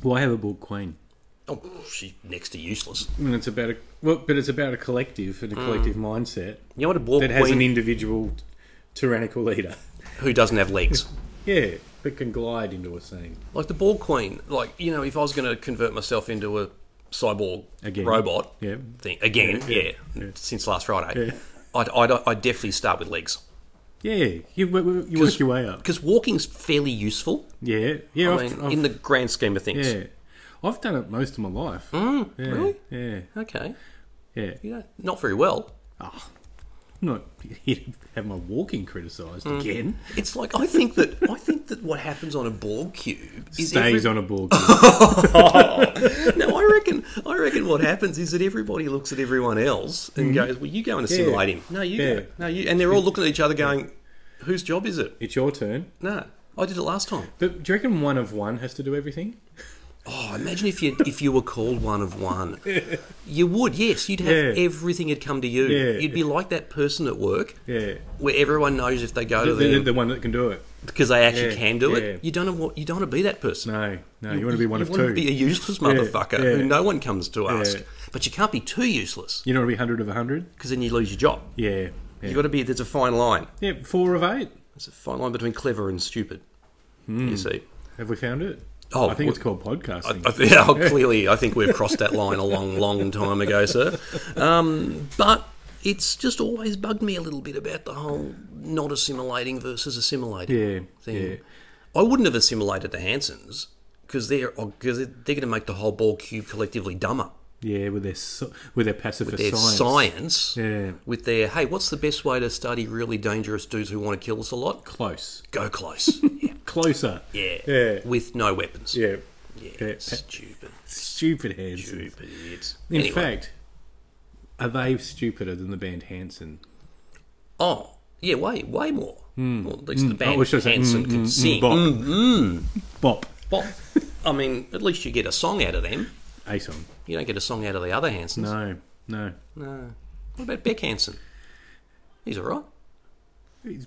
S4: Why have a book queen?
S3: Oh, she's next to useless.
S4: I mean, it's about a well, but it's about a collective and a
S3: Mm.
S4: collective mindset
S3: You know what a Borg
S4: that has
S3: queen
S4: an individual tyrannical leader.
S3: who doesn't have legs.
S4: Yeah, that can glide into a scene.
S3: like the Borg queen. Like you know, if I was going to convert myself into a cyborg
S4: Again.
S3: robot
S4: Yeah.
S3: thing again, yeah,
S4: Yeah, yeah, yeah.
S3: since last Friday,
S4: Yeah.
S3: I'd, I'd, I'd definitely start with legs
S4: Yeah, you, wo- wo- you work your way up.
S3: because walking's fairly useful.
S4: Yeah, yeah.
S3: I
S4: I've-
S3: mean,
S4: I've-
S3: in the grand scheme of things.
S4: yeah, I've done it most of my life. yeah,
S3: Mm, really?
S4: Yeah,
S3: Okay.
S4: yeah.
S3: Yeah. Not very well.
S4: I'm not here to have my walking criticised
S3: Mm.
S4: again.
S3: It's like I think that I think that what happens on a Borg cube is
S4: Stays
S3: every-
S4: on a board.
S3: No, I reckon I reckon what happens is that everybody looks at everyone else and goes, "Well, you go and assimilate him." No, you
S4: Mm-hmm. Yeah.
S3: go. No, you. And they're all looking at each other, going, "Whose job is it?"
S4: it's your turn.
S3: No, I did it last time.
S4: But do you reckon one of one has to do everything?
S3: Oh, imagine if you if you were called one of one, you would. Yes, you'd have
S4: Yeah.
S3: everything had come to you.
S4: Yeah.
S3: You'd be like that person at work.
S4: Yeah.
S3: Where everyone knows if they go
S4: The,
S3: to
S4: the,
S3: them
S4: the one that can do it.
S3: because they actually
S4: yeah,
S3: can do
S4: yeah.
S3: it. You don't want you don't want to be that person.
S4: No, no, you, want to be one of
S3: want
S4: two.
S3: to be a useless motherfucker
S4: yeah.
S3: who no one comes to ask.
S4: Yeah.
S3: But you can't be too useless
S4: you don't want to be hundred of hundred.
S3: because then you lose your job.
S4: Yeah, yeah.
S3: You've got to be. There's a fine line.
S4: yeah, four of eight.
S3: There's a fine line between clever and stupid.
S4: Hmm.
S3: You see.
S4: Have we found it?
S3: Oh,
S4: I think it's
S3: we-
S4: called podcasting.
S3: I th- yeah, clearly, I think we've crossed that line a long, long time ago, sir. Um, but it's just always bugged me a little bit about the whole not assimilating versus assimilating
S4: Yeah,
S3: thing.
S4: yeah.
S3: I wouldn't have assimilated the Hansons because they're because they're going to make the whole ball cube collectively dumber.
S4: yeah, with their so, with their pacifist
S3: with their
S4: science.
S3: science,
S4: Yeah.
S3: with their hey, what's the best way to study really dangerous dudes who want to kill us a lot?
S4: Close,
S3: Go close, yeah,
S4: closer.
S3: yeah,
S4: Yeah.
S3: with no weapons.
S4: Yeah,
S3: Yeah,
S4: Yeah.
S3: stupid,
S4: stupid Hanson.
S3: stupid idiots.
S4: In
S3: Anyway.
S4: fact, are they stupider than the band Hanson?
S3: oh yeah, way way more. Well, at least the
S4: Hmm. I
S3: band
S4: wish I said,
S3: Hanson
S4: mm,
S3: could
S4: mm, mm,
S3: sing.
S4: bop.
S3: Mm, mm.
S4: Bop.
S3: Well, I mean, at least you get a song out of them.
S4: A song.
S3: You don't get a song out of the other Hansons.
S4: No, no.
S3: No. What about Beck Hansen? He's all right.
S4: He's,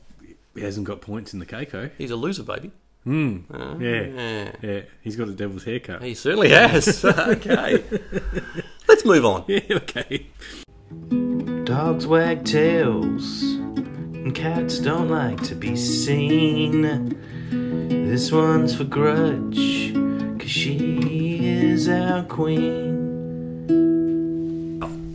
S4: he hasn't got points in the Keiko.
S3: He's a loser, baby.
S4: Yeah,
S3: Oh, Yeah.
S4: yeah. He's got a devil's haircut.
S3: He certainly has. okay. Let's move on.
S4: Yeah, okay.
S5: Dogs wag tails, and cats don't like to be seen. This one's for Grudge, 'cause she is our queen.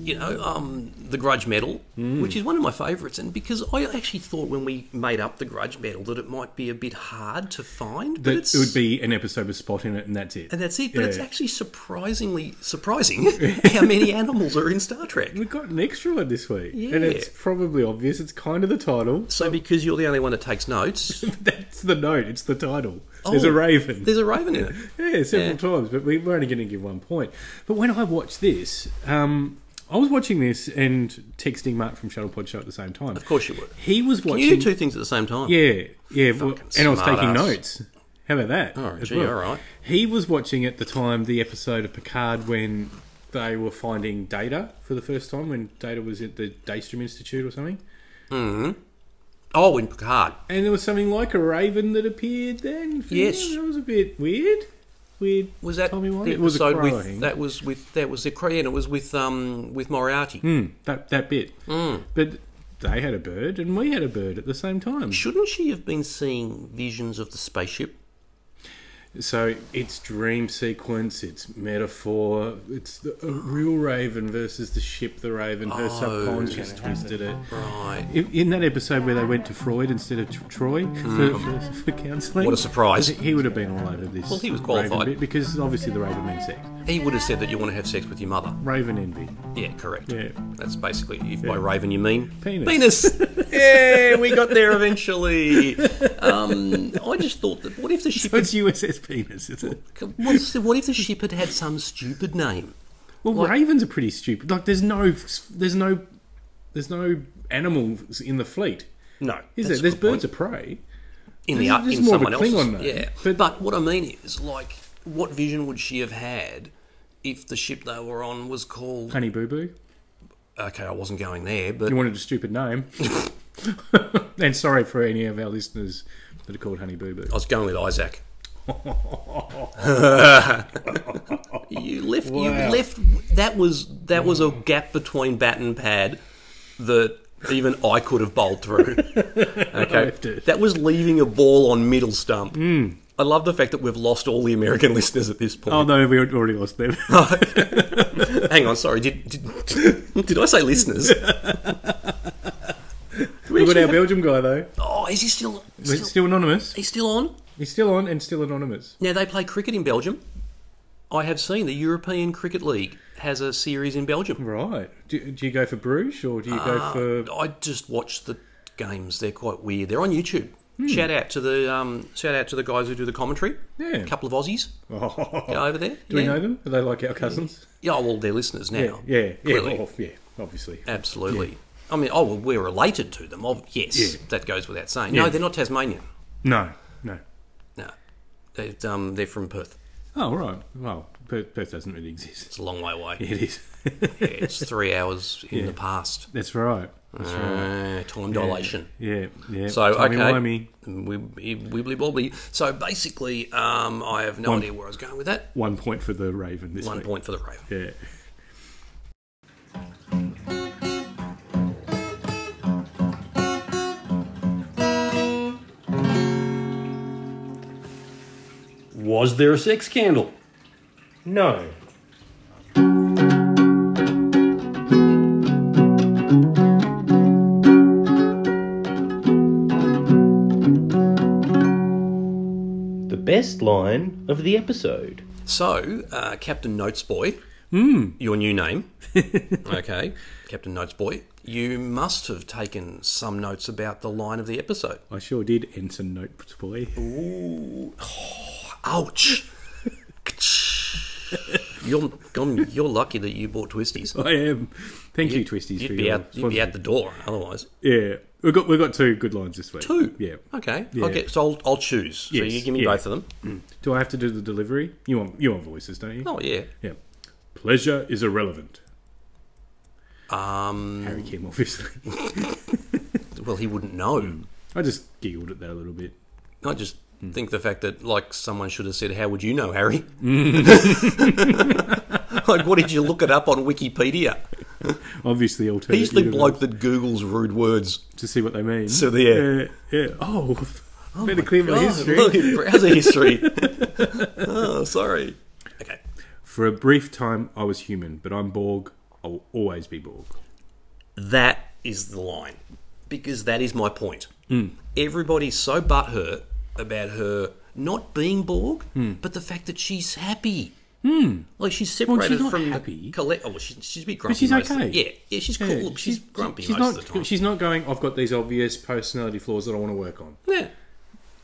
S3: you know, um, the Grudge Medal,
S4: Hmm.
S3: which is one of my favourites, and because I actually thought when we made up the Grudge Medal that it might be a bit hard to find, but
S4: That
S3: it's
S4: it would be an episode with Spot in it, and that's it.
S3: and that's it. But it's
S4: Yeah.
S3: actually surprisingly surprising how many animals are in Star Trek.
S4: We've got an extra one this week,
S3: Yeah.
S4: and it's probably obvious. It's kind of the title.
S3: So because you're the only one that takes notes,
S4: That's the note. It's the title. There's
S3: Oh,
S4: a raven.
S3: there's a raven in it.
S4: Yeah, several
S3: Yeah.
S4: times, but we were only going to give one point. But when I watched this, um, I was watching this and texting Mark from Shuttlepod Show at the same time.
S3: Of course you would.
S4: He was
S3: Can
S4: watching.
S3: you do two things at the same time?
S4: Yeah, yeah. well,
S3: Fucking
S4: and I was
S3: smart
S4: taking
S3: ass.
S4: notes. How about that?
S3: Oh,
S4: as
S3: gee, all right.
S4: He was watching at the time the episode of Picard when they were finding Data for the first time, when Data was at the Daystrom Institute or something.
S3: Oh, in Picard.
S4: And there was something like a raven that appeared then. for
S3: Yes.
S4: them. That was a bit weird. Weird.
S3: Was that
S4: Tommy Wyatt?
S3: the
S4: It was a
S3: episode
S4: crowing.
S3: with that was with that was the Cree and it was with um with Moriarty.
S4: Hmm. That, that bit.
S3: Hmm.
S4: But they had a bird and we had a bird at the same time.
S3: Shouldn't she have been seeing visions of the spaceship?
S4: So it's dream sequence, it's metaphor, it's the, a real raven versus the ship, the raven. Her
S3: Oh,
S4: subconscious twisted it.
S3: Right.
S4: In, in that episode where they went to Freud instead of Tr- Troy for, for, for counselling,
S3: Hmm. What a surprise.
S4: He would have been all over this.
S3: Well, he was
S4: raven
S3: qualified.
S4: bit because obviously the raven means sex.
S3: He would have said that you want to have sex with your mother.
S4: Raven envy.
S3: Yeah, correct.
S4: Yeah.
S3: That's basically, if by raven you mean
S4: Penis.
S3: Penis. yeah, we got there eventually. Um, I just thought that what if the ship?
S4: It's USS penis, is it?
S3: Had, what's the, what if the ship had had some stupid name?
S4: Well, ravens are pretty stupid. Like, there's no, there's no, there's no animals in the fleet,
S3: No, that's
S4: is there?
S3: a
S4: There's
S3: good
S4: birds
S3: point.
S4: of prey.
S3: in
S4: This
S3: the
S4: is-
S3: art
S4: this is
S3: in
S4: more of a
S3: someone else's.
S4: Klingon name.
S3: Yeah,
S4: But-
S3: but, what I mean is, like, what vision would she have had if the ship they were on was called?
S4: Honey Boo Boo.
S3: Okay, I wasn't going there, but
S4: You wanted a stupid name. and sorry for any of our listeners that are called Honey Boo Boo.
S3: I was going with Isaac. Oh. you left. You left. That was that was a gap between bat and pad that even I could have bowled through. Okay,
S4: left it.
S3: that was leaving a ball on middle stump. I love the fact that we've lost all the American listeners at this point.
S4: Oh no, we already lost them.
S3: Hang on, sorry. Did did, did I say listeners? Do we
S4: We've got
S3: actually
S4: our
S3: have-
S4: Belgium guy though.
S3: oh, is he still?
S4: He's
S3: still
S4: still anonymous.
S3: he's still on.
S4: He's still on and still anonymous.
S3: Now they play cricket in Belgium. I have seen the European Cricket League has a series in Belgium.
S4: Right. Do, do you go for Bruges or do you
S3: Uh,
S4: go for?
S3: I just watch the games; they're quite weird. They're on YouTube.
S4: Hmm.
S3: Shout out to the um, shout out to the guys who do the commentary.
S4: Yeah.
S3: a couple of Aussies
S4: Oh,
S3: Get over there.
S4: do we
S3: yeah.
S4: know them? Are they like our cousins?
S3: Yeah, well, they're listeners now.
S4: Yeah, yeah, Oh. yeah.
S3: clearly.
S4: well, yeah obviously.
S3: absolutely. I mean, oh well, we're related to them. Oh, yes, that goes without saying.
S4: Yeah.
S3: No, they're not Tasmanian.
S4: No, no.
S3: No, they um, they're from Perth.
S4: Oh, right. Well, Perth, Perth doesn't really exist.
S3: It's a long way away. Yeah.
S4: It is.
S3: it's three hours in the past.
S4: That's right. That's right.
S3: Uh, time dilation.
S4: Yeah, yeah.
S3: So
S4: Timey
S3: okay,
S4: wimey.
S3: Wib- wibbly wobbly. So basically, um, I have no
S4: One-
S3: idea where I was going with that.
S4: One point for the Raven this
S3: One
S4: week.
S3: point for the Raven.
S4: Yeah.
S9: Was there a sex candle?
S8: No.
S5: The best line of the episode.
S3: So uh, Captain Notesboy,
S4: Hmm.
S3: your new name. okay, Captain Notesboy. You must have taken some notes about the line of the episode.
S4: I sure did, Ensign Notes Boy.
S3: Ouch. you're, gum- you're lucky that you bought Twisties.
S4: I am. Thank you, Twisties,
S3: You'd
S4: for
S3: be
S4: your
S3: out, you'd be out the door otherwise.
S4: sponsorship. We've got we've got two good lines this week.
S3: Two. Oh.
S4: Yeah.
S3: Okay.
S4: Yeah.
S3: Okay. So I'll, I'll choose. so
S4: Yes,
S3: you give me
S4: yeah.
S3: both of them.
S4: Do I have to do the delivery? You want you want voices, don't you?
S3: Oh yeah.
S4: Yeah. Pleasure is irrelevant.
S3: Um.
S4: Harry Kim, obviously.
S3: Well, he wouldn't know.
S4: I just giggled at that a little bit.
S3: I just think the fact that like someone should have said, "How would you know, Harry?" like, what did you look it up on Wikipedia?
S4: Obviously, alternative.
S3: He's the
S4: universe
S3: bloke that Google's rude words.
S4: to see what they mean.
S3: So there.
S4: Yeah. yeah. Oh, better clear my
S3: Oh,
S4: history.
S3: Look at browser history. oh, sorry. Okay.
S4: For a brief time, I was human, but I'm Borg. I'll always be Borg.
S3: That is the line. Because that is my point.
S4: Hmm.
S3: Everybody's so butthurt about her not being Borg, but the fact that she's happy. Like she's separated
S4: Hmm. Well, she's not
S3: from
S4: happy.
S3: the collect. Oh, well, she, she's a bit grumpy.
S4: she's
S3: most of
S4: okay.
S3: the- yeah, yeah, she's cool.
S4: Yeah,
S3: Look, she's, grumpy
S4: She's
S3: most
S4: not.
S3: of the time.
S4: She's not going. I've got these obvious personality flaws that I want to work on.
S3: yeah,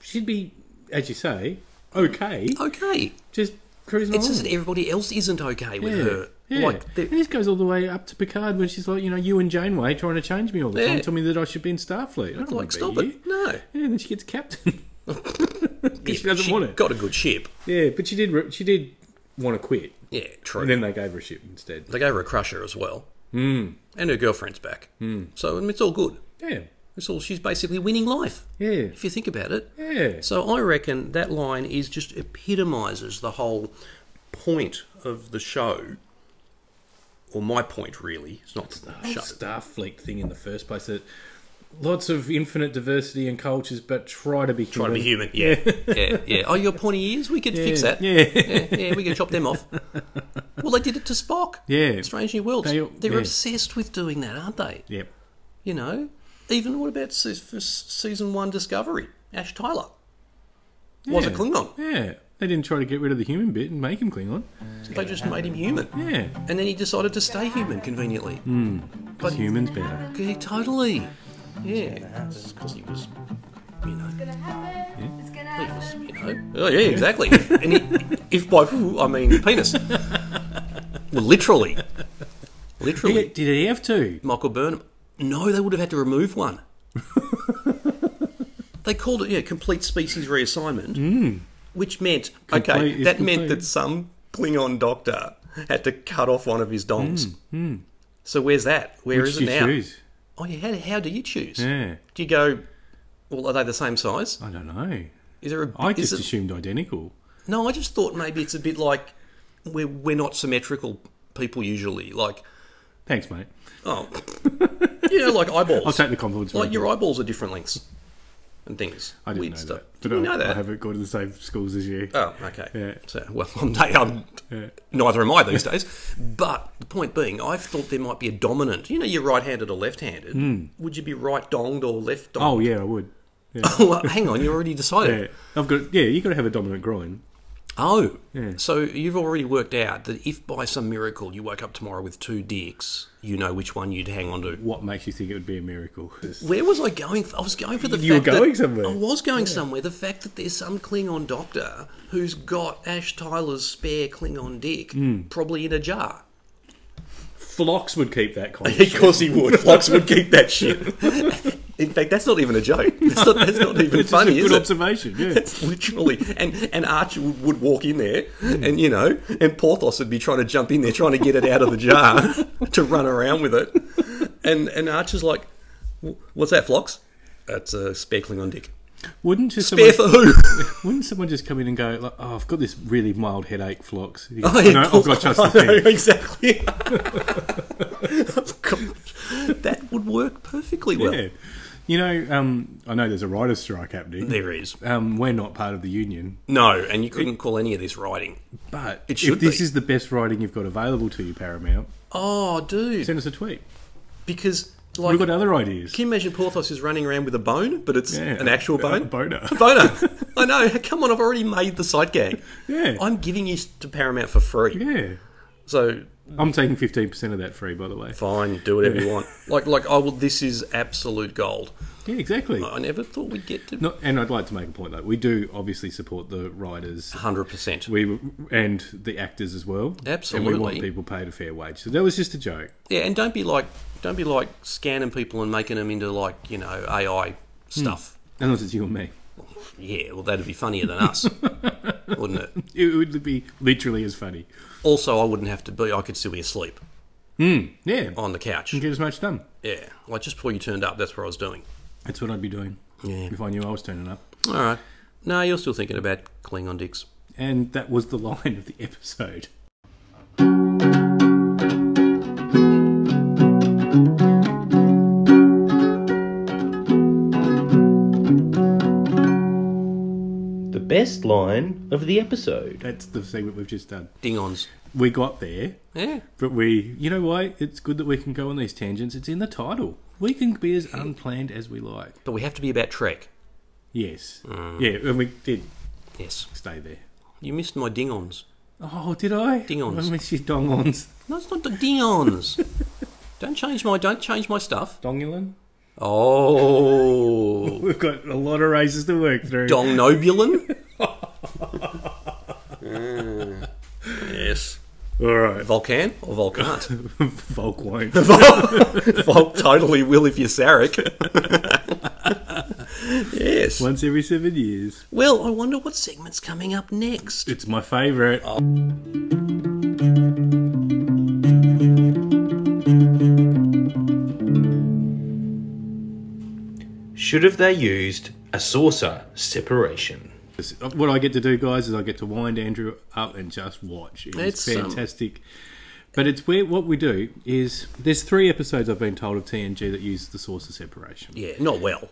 S4: She'd be, as you say, okay.
S3: okay.
S4: Just cruising
S3: It's
S4: along.
S3: just that everybody else isn't okay with
S4: Yeah,
S3: her.
S4: Yeah.
S3: Like,
S4: and
S3: they're-
S4: this goes all the way up to Picard when she's like, you know, you and Janeway trying to change me all the
S3: Yeah.
S4: time, tell me that I should be in Starfleet. I don't want
S3: like
S4: to be
S3: stop
S4: here.
S3: it. No,
S4: Yeah, and then she gets captain. 'Cause she doesn't want it.
S3: Got a good ship.
S4: Yeah, but she did. Re- she did want to quit,
S3: Yeah, true.
S4: and then Hmm. they gave her a ship instead.
S3: They gave her a crusher as well. Mm. And her girlfriend's back.
S4: Hmm.
S3: Mm. So I mean, it's all good.
S4: Yeah,
S3: It's all she's basically winning life.
S4: yeah,
S3: If you think about it.
S4: yeah.
S3: So I reckon that line is just epitomizes the whole point of the show. Or my point really. It's not the
S4: whole
S3: show.
S4: Starfleet thing in the first place. That lots of infinite diversity and cultures, but try to be
S3: Try to be human. Yeah. yeah. Yeah. Oh, your pointy ears? We could fix that.
S4: Yeah,
S3: yeah, yeah, we can chop them off. Well, they did it to Spock.
S4: Yeah.
S3: Strange New Worlds.
S4: They-
S3: They, are
S4: yeah.
S3: obsessed with doing that, aren't they?
S4: yeah.
S3: You know, even what about se- for s- season one Discovery? Ash Tyler was a
S4: Yeah.
S3: Klingon.
S4: Yeah, they didn't try to get rid of the human bit and make him Klingon.
S3: They just made him human,
S4: Yeah,
S3: and then he decided to stay human conveniently. But
S4: humans better.
S3: yeah, totally, yeah, because he was, you know. He was, you know, oh yeah, exactly. and he, if by I mean penis, well, literally, literally.
S4: Did he have to?
S3: Michael Burnham. No, they would have had to remove one. they called it, yeah, complete species reassignment, which meant
S4: Mm. Complete
S3: okay,
S4: is
S3: that meant
S4: complete.
S3: that some Klingon doctor had to cut off one of his dongs. So where's that? Where
S4: Mm, Which
S3: is
S4: do
S3: it
S4: you
S3: now?
S4: choose?
S3: Oh, yeah. How, how do you choose?
S4: Yeah,
S3: Do you go? Well, are they the same size?
S4: I don't know.
S3: Is there a?
S4: I
S3: is
S4: just
S3: it-
S4: assumed identical.
S3: no, I just thought maybe it's a bit like we're we're not symmetrical people usually. Like
S4: Thanks, mate.
S3: oh, you know, like eyeballs.
S4: I'll take the compliments.
S3: Like
S4: mate.
S3: your eyeballs are different lengths and things.
S4: I didn't
S3: Weird
S4: know
S3: stuff.
S4: that.
S3: Did you
S4: I,
S3: know
S4: I
S3: that?
S4: haven't gone to the same schools as you.
S3: Oh, okay.
S4: Yeah.
S3: So, well, I'm, I'm neither am I these days. But the point being, I thought there might be a dominant. You know, you're right-handed or left-handed. Would you be right-donged or left-donged?
S4: Hmm. oh yeah, I would.
S3: well, hang on, you already decided.
S4: Yeah, I've got. Yeah, you got to have a dominant groin.
S3: Oh, so you've already worked out that if by some miracle you woke up tomorrow with two dicks, you know which one you'd hang on to.
S4: What makes you think it would be a miracle?
S3: Where was I going? I was going for the
S4: You were
S3: fact that-
S4: going somewhere.
S3: I was going somewhere. The fact that there's some Klingon doctor who's got Ash Tyler's spare Klingon dick probably in a jar.
S4: Phlox would keep that kind.
S3: Of course he would. Fox would keep that shit. In fact, that's not even a joke. That's not, that's not even
S4: It's
S3: funny,
S4: just a
S3: is
S4: good
S3: it?
S4: observation. Yeah.
S3: That's literally, and and Archie would, would walk in there, and you know, and Porthos would be trying to jump in there, trying to get it out of the jar to run around with it, and and Archer's like, "W- "What's that, Flox? That's a spare Klingon dick.
S4: Wouldn't just
S3: Spare for
S4: someone,
S3: who?
S4: wouldn't someone just come in and go, like, "Oh, I've got this really mild headache, Phlox." And you go,
S3: Oh, yeah,
S4: "No,
S3: cool.
S4: I've got just
S3: I
S4: the
S3: know,
S4: thing.
S3: exactly. Of course. that would work perfectly well.
S4: Yeah. You know, um, I know there's a writer's strike happening.
S3: There is
S4: Um, we're not part of the union,
S3: no, and you couldn't call any of this writing.
S4: but
S3: It
S4: if
S3: should
S4: this
S3: be.
S4: is the best writing you've got available to you, Paramount,
S3: Oh, dude,
S4: send us a tweet.
S3: because
S4: We've
S3: like.
S4: got other ideas.
S3: Can you imagine Porthos is running around with a bone, but it's
S4: Yeah.
S3: an actual bone?
S4: A boner.
S3: boner. I know. Come on, I've already made the side gag.
S4: Yeah.
S3: I'm giving you to Paramount for free.
S4: yeah.
S3: So
S4: I'm taking 15% of that free, by the way.
S10: Fine, do whatever you want.
S3: Like, like, oh, well, this is absolute gold.
S4: Yeah, exactly.
S3: I never thought we'd get to
S4: No, and I'd like to make a point though. We do obviously support the writers,
S3: 100%.
S4: we and the actors as well. and we want
S3: Absolutely.
S4: people paid a fair wage. So that was just a joke.
S3: Yeah, and don't be like, don't be like scanning people and making them into like, you know, AI stuff.
S4: Unless it's you and me,
S3: Yeah, well, that'd be funnier than us, wouldn't it?
S4: it would be literally as funny.
S3: Also, I wouldn't have to be. I could still be asleep
S4: Hmm. Yeah,
S3: on the couch.
S4: get as much done.
S3: Yeah, like just before you turned up, that's what I was doing.
S4: That's what I'd be doing
S3: Yeah.
S4: if I knew I was turning up.
S3: All right. No, you're still thinking about Klingon dicks.
S4: And that was the line of the episode.
S5: The best line of the episode.
S4: That's the segment we've just done.
S3: Ding-ons.
S4: We got there,
S3: Yeah.
S4: but we, you know why? It's good that we can go on these tangents. It's in the title. We can be as unplanned as we like.
S3: But we have to be about Trek.
S4: Yes.
S3: Mm.
S4: Yeah, and we did
S3: Yes.
S4: stay there.
S3: You missed my ding-ons.
S4: Oh, did I?
S3: Ding-ons.
S4: I miss your dong-ons.
S3: No, it's not the ding-ons. don't change my, don't change my stuff.
S4: Dongulin?
S3: Oh.
S4: We've got a lot of races to work through.
S3: Dongnobulin? Mm. Yes.
S4: All right.
S3: Volcan or Volcant?
S4: Volk won't.
S3: Volk totally will if you're Sarek. yes.
S4: Once every seven years.
S3: Well, I wonder what segment's coming up next.
S4: It's my favourite.
S3: Oh.
S8: Should have they used a saucer separation?
S4: What I get to do, guys, is I get to wind Andrew up and just watch. It's,
S3: It's, um,
S4: fantastic. But it's where what we do is there's three episodes I've been told of TNG that use the source of separation,
S3: Yeah, not well.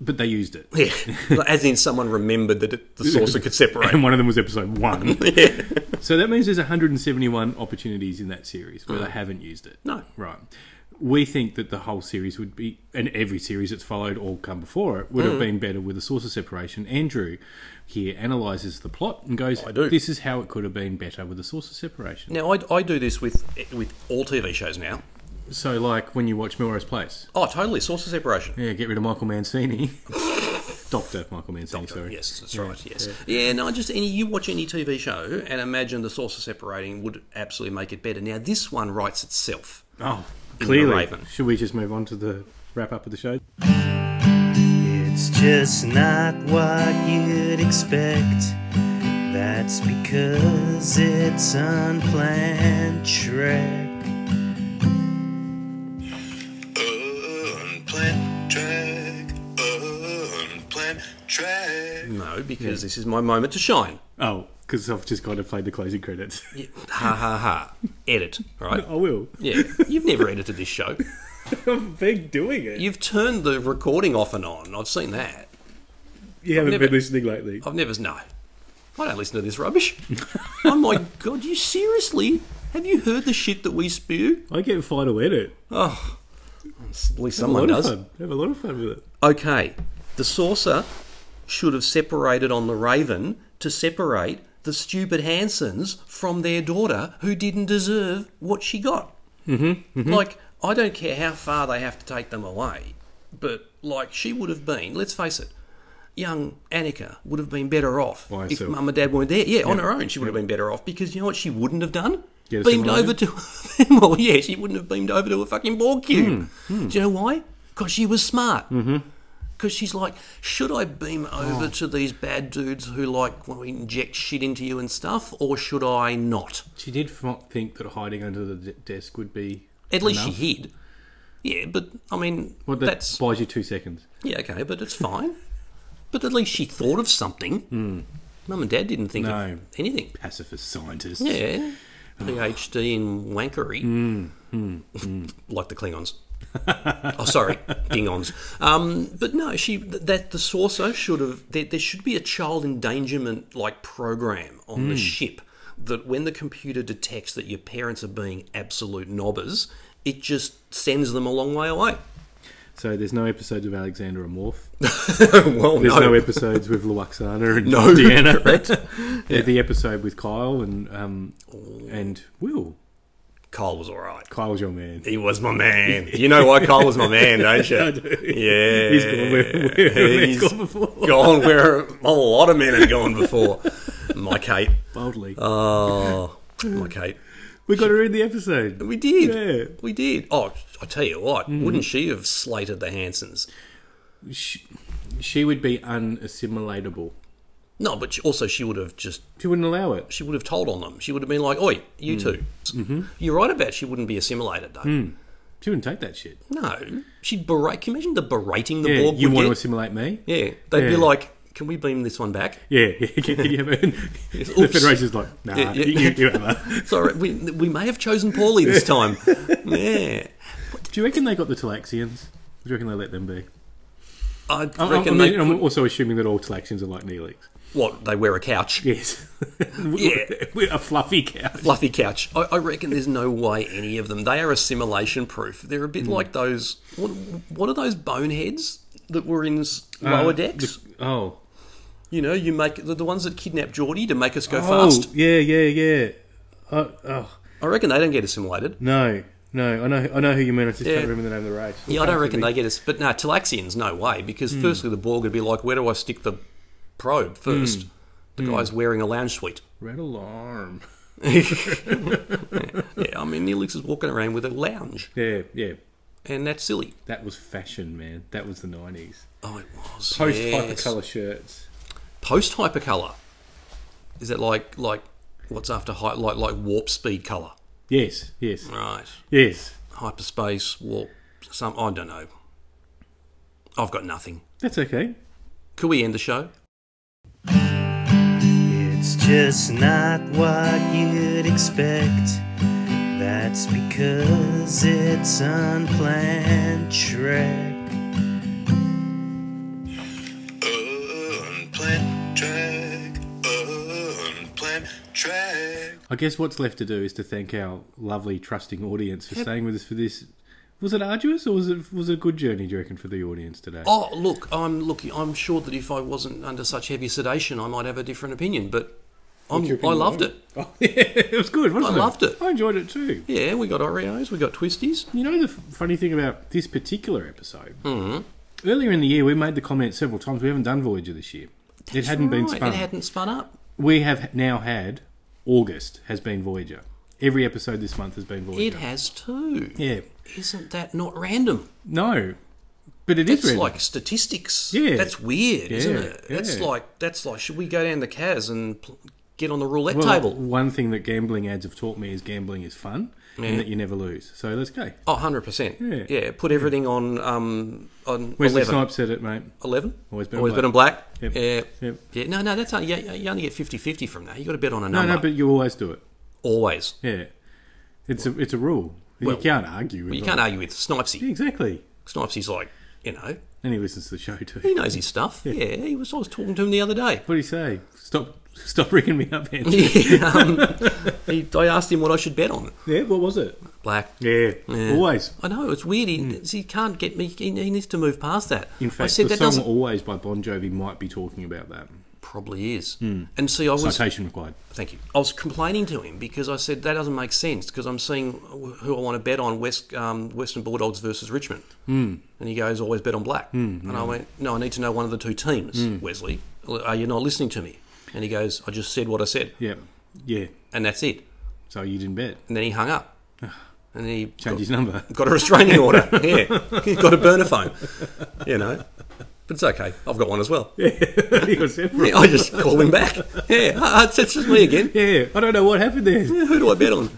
S4: but they used it.
S3: Yeah. As in, someone remembered that it, the saucer could separate.
S4: And one of them was episode one. So that means there's 171 opportunities in that series where they haven't used it.
S3: Mm. No.
S4: Right. We think that the whole series would be, and every series that's followed or come before it,
S3: Mm.
S4: would have been better with a source of separation. Andrew here analyses the plot and goes,
S3: I do.
S4: This is how it could have been better with a source of separation.
S3: Now, I, I do this with with all TV shows now.
S4: So, like when you watch Melrose Place,
S3: Oh, totally. Saucer separation.
S4: yeah, get rid of Michael Mancini. Doctor Michael Mancini, sorry.
S3: Yes, that's right. Yes. Yeah, no, just any you watch any TV show and imagine the saucer separating would absolutely make it better. Now this one writes itself.
S4: Oh,
S3: the
S4: clearly.
S3: Raven.
S4: Should we just move on to the wrap up of the show?
S10: It's just not what you'd expect. That's because it's unplanned Trek.
S2: Unplanned track. Unplanned track.
S3: No, because this is my moment to shine.
S4: Oh, because I've just kind of played the closing credits.
S3: Yeah, Ha ha ha. Edit. All right.
S4: I will.
S3: Yeah. You've never edited this show.
S4: I've been doing it.
S3: You've turned the recording off and on. I've seen that.
S4: You haven't
S3: never-
S4: been listening lately.
S3: I've never no. I don't listen to this rubbish. oh my god, you seriously? Have you heard the shit that we spew?
S4: I get final edit.
S3: Oh, at least
S4: Have a lot
S3: someone does.
S4: of fun. Have a lot of fun with it.
S3: Okay, the saucer should have separated on the Raven to separate the stupid Hansons from their daughter who didn't deserve what she got. Mm-hmm, Like, I don't care how far they have to take them away, but like, she would have been, let's face it, young Annika would have been better off
S4: By
S3: if
S4: herself.
S3: mum and dad weren't there. Yeah, on her own, she would have been better off because you know what she wouldn't have done?
S4: Get a
S3: beamed
S4: similar
S3: over to. well, yeah, she wouldn't have beamed over to a fucking Borg cube.
S4: Hmm,
S3: Do you know why? Because she was smart. Mm-hmm. Because she's like, should I beam
S4: Oh.
S3: over to these bad dudes who like want to inject shit into you and stuff, or should I not?
S4: She did f- think that hiding under the de- desk would be.
S3: At least
S4: Enough.
S3: she hid. Yeah, but I mean,
S4: Well, that
S3: that's
S4: buys you two seconds.
S3: yeah, okay, but it's fine. but at least she thought of something. Mum and Dad didn't think
S4: Hmm. No.
S3: of anything.
S4: Pacifist scientists.
S3: Yeah. PhD in wankery.
S4: Mm,
S3: like the Klingons. oh, sorry, dingons. Um, but no, she th- that the saucer should have. There, there should be a child endangerment like program on
S4: Mm.
S3: the ship that when the computer detects that your parents are being absolute knobbers, it just sends them a long way away.
S4: So there's no episodes of Alexander Amorph.
S3: well,
S4: There's
S3: no,
S4: no, episodes with Luoxana and
S3: No,
S4: Deanna.
S3: correct.
S4: The episode with Kyle and um, and Will.
S3: Kyle was all right.
S4: Kyle was your man.
S3: He was my man. You know why Kyle was my man, don't you?
S4: I do.
S3: Yeah.
S4: He's gone where- where
S3: He's
S4: he's gone before.
S3: gone where a lot of men have gone before. My Kate.
S4: Boldly.
S3: Oh, my Kate.
S4: we got to read the episode.
S3: We did.
S4: Yeah. Mm-hmm.
S3: We did. Oh, I tell you what, wouldn't she have slated the Hansons?
S4: She, she would be unassimilatable.
S3: No, but she- also she would have just
S4: She wouldn't allow it.
S3: she would have told on them. She would have been like, "Oi,
S4: Mm.
S3: you 2 Mm-hmm. You're right about she wouldn't be assimilated though.
S4: She wouldn't take that shit.
S3: No, she'd berate. Can you imagine the berating the
S4: Yeah,
S3: Borg
S4: you
S3: would
S4: want to
S3: get?
S4: assimilate me?
S3: yeah, they'd be
S4: Yeah.
S3: like, "Can we beam this one back?"
S4: Yeah, yeah. Can, can you have it? the
S3: oops.
S4: Federation's like, nah,
S3: Yeah, yeah.
S4: you can do whatever.
S3: Sorry, we, we may have chosen poorly this time. yeah,
S4: Do you reckon they got the Talaxians? Do you reckon they let them be?
S3: I
S4: I, I, I
S3: reckon
S4: mean,
S3: they
S4: I'm
S3: could-
S4: also assuming that all Talaxians are like Neelix.
S3: what they wear a couch,
S4: Yes.
S3: Yeah.
S4: We're a fluffy couch.
S3: fluffy couch. I, I reckon there's no way any of them. They are assimilation proof. They're a
S4: Hmm.
S3: bit like those. What, what are those boneheads that were in s-
S4: Uh,
S3: lower decks?
S4: Oh.
S3: you know, you make the, the ones that kidnapped Geordie to make us go
S4: Oh,
S3: fast.
S4: yeah, yeah, yeah. Oh, oh,
S3: I reckon they don't get assimilated.
S4: no. No, I know, I know who you mean. I just
S3: Yeah.
S4: can't remember the name of the race.
S3: Yeah, I don't reckon they get us. But no, Talaxians, no way. Because
S4: Hmm.
S3: firstly, the Borg would be like, where do I stick the probe first?
S4: Hmm.
S3: The guy's wearing a lounge suite.
S4: Red alarm.
S3: Yeah, I mean, Neelix is walking around with a lounge,
S4: Yeah, yeah.
S3: and that's silly.
S4: That was fashion, man. That was the nineties.
S3: Oh, it was
S4: Post
S3: yes.
S4: hypercolor shirts.
S3: Post hypercolor. Is that like like what's after hy- like like warp speed color?
S4: Yes, yes,
S3: Right,
S4: yes.
S3: hyperspace warp. Some I don't know. I've got nothing.
S4: That's okay.
S3: Could we end the show?
S10: It's just not what you'd expect. That's because it's unplanned Trek.
S2: Unplanned track. Unplanned track.
S4: I guess what's left to do is to thank our lovely, trusting audience for staying with us for this. Was it arduous or was it was it a good journey? Do you reckon for the audience today?
S3: Oh, look, I'm looking. I'm sure that if I wasn't under such heavy sedation, I might have a different opinion. But I'm,
S4: What's your
S3: um, I
S4: opinion
S3: loved
S4: on
S3: it.
S4: Oh, yeah, it was good. Wasn't
S3: I
S4: it?
S3: loved it.
S4: I enjoyed it too.
S3: Yeah, we got Oreos, we got Twisties.
S4: You know the f- funny thing about this particular episode. Mm-hmm. Earlier in the year, we made the comment several times. We haven't done Voyager this year. it hadn't been
S3: Right,
S4: spun.
S3: It hadn't spun up.
S4: we have now had August has been Voyager. Every episode this month has been
S3: It
S4: Voyager.
S3: has too.
S4: Yeah.
S3: Isn't that not random?
S4: No, but it is
S3: It's
S4: random.
S3: like statistics.
S4: Yeah.
S3: That's weird, isn't
S4: Yeah,
S3: it? That's
S4: yeah.
S3: like that's like. Should we go down the Kaz and pl- get on the roulette
S4: Well,
S3: table?
S4: One thing that gambling ads have taught me is gambling is fun and that you never lose. So let's go.
S3: Oh, 100 percent.
S4: Yeah.
S3: Yeah. Put everything on um on
S4: Wesley
S3: eleven.
S4: Snipes said it, mate.
S3: 11?
S4: Always bet on
S3: Always
S4: black.
S3: bet on black.
S4: Yep.
S3: Yeah.
S4: Yep.
S3: Yeah. No, no, that's not, you, you only get 50 50 from that. you got to bet on a
S4: No,
S3: number.
S4: no, but you always do it.
S3: Always.
S4: Yeah, it's a it's a rule.
S3: Well,
S4: you can't argue. With
S3: But you
S4: it.
S3: can't argue with
S4: Yeah,
S3: Snipesy.
S4: exactly.
S3: Snipesy's like, you know,
S4: And he listens to the show
S3: he
S4: too.
S3: knows his stuff. Yeah, he was, I was talking to him the other day.
S4: What do you say? Stop, stop ringing me up, Andrew.
S3: um, he, I asked him what I should bet on.
S4: yeah, what was it?
S3: Black.
S4: Yeah, always.
S3: I know, it's weird. He, he can't get me. He, he needs to move past that.
S4: In
S3: I
S4: fact,
S3: said
S4: the
S3: that
S4: song
S3: doesn't.
S4: "Always" by Bon Jovi might be talking about that.
S3: Probably is.
S4: Mm.
S3: And see, I was.
S4: Citation required.
S3: Thank you. I was complaining to him because I said that doesn't make sense because I'm seeing wh- who I want to bet on West um, Western Bulldogs versus Richmond, mm. and he goes always bet on black,
S4: Mm,
S3: and I went no, I need to know one of the two teams. Wesley, are you not listening to me? And he goes, I just said what I said,
S4: Yeah, yeah.
S3: and that's it.
S4: So you didn't bet.
S3: And then he hung up, and he
S4: Change
S3: got,
S4: his number.
S3: got a restraining order. yeah, he got a burner phone, you know. But it's okay. I've got one as well.
S4: He got several.
S3: Yeah, I just call him back. Yeah, uh, it's, it's just me again.
S4: Yeah, I don't know what happened there.
S3: Who do I bet on?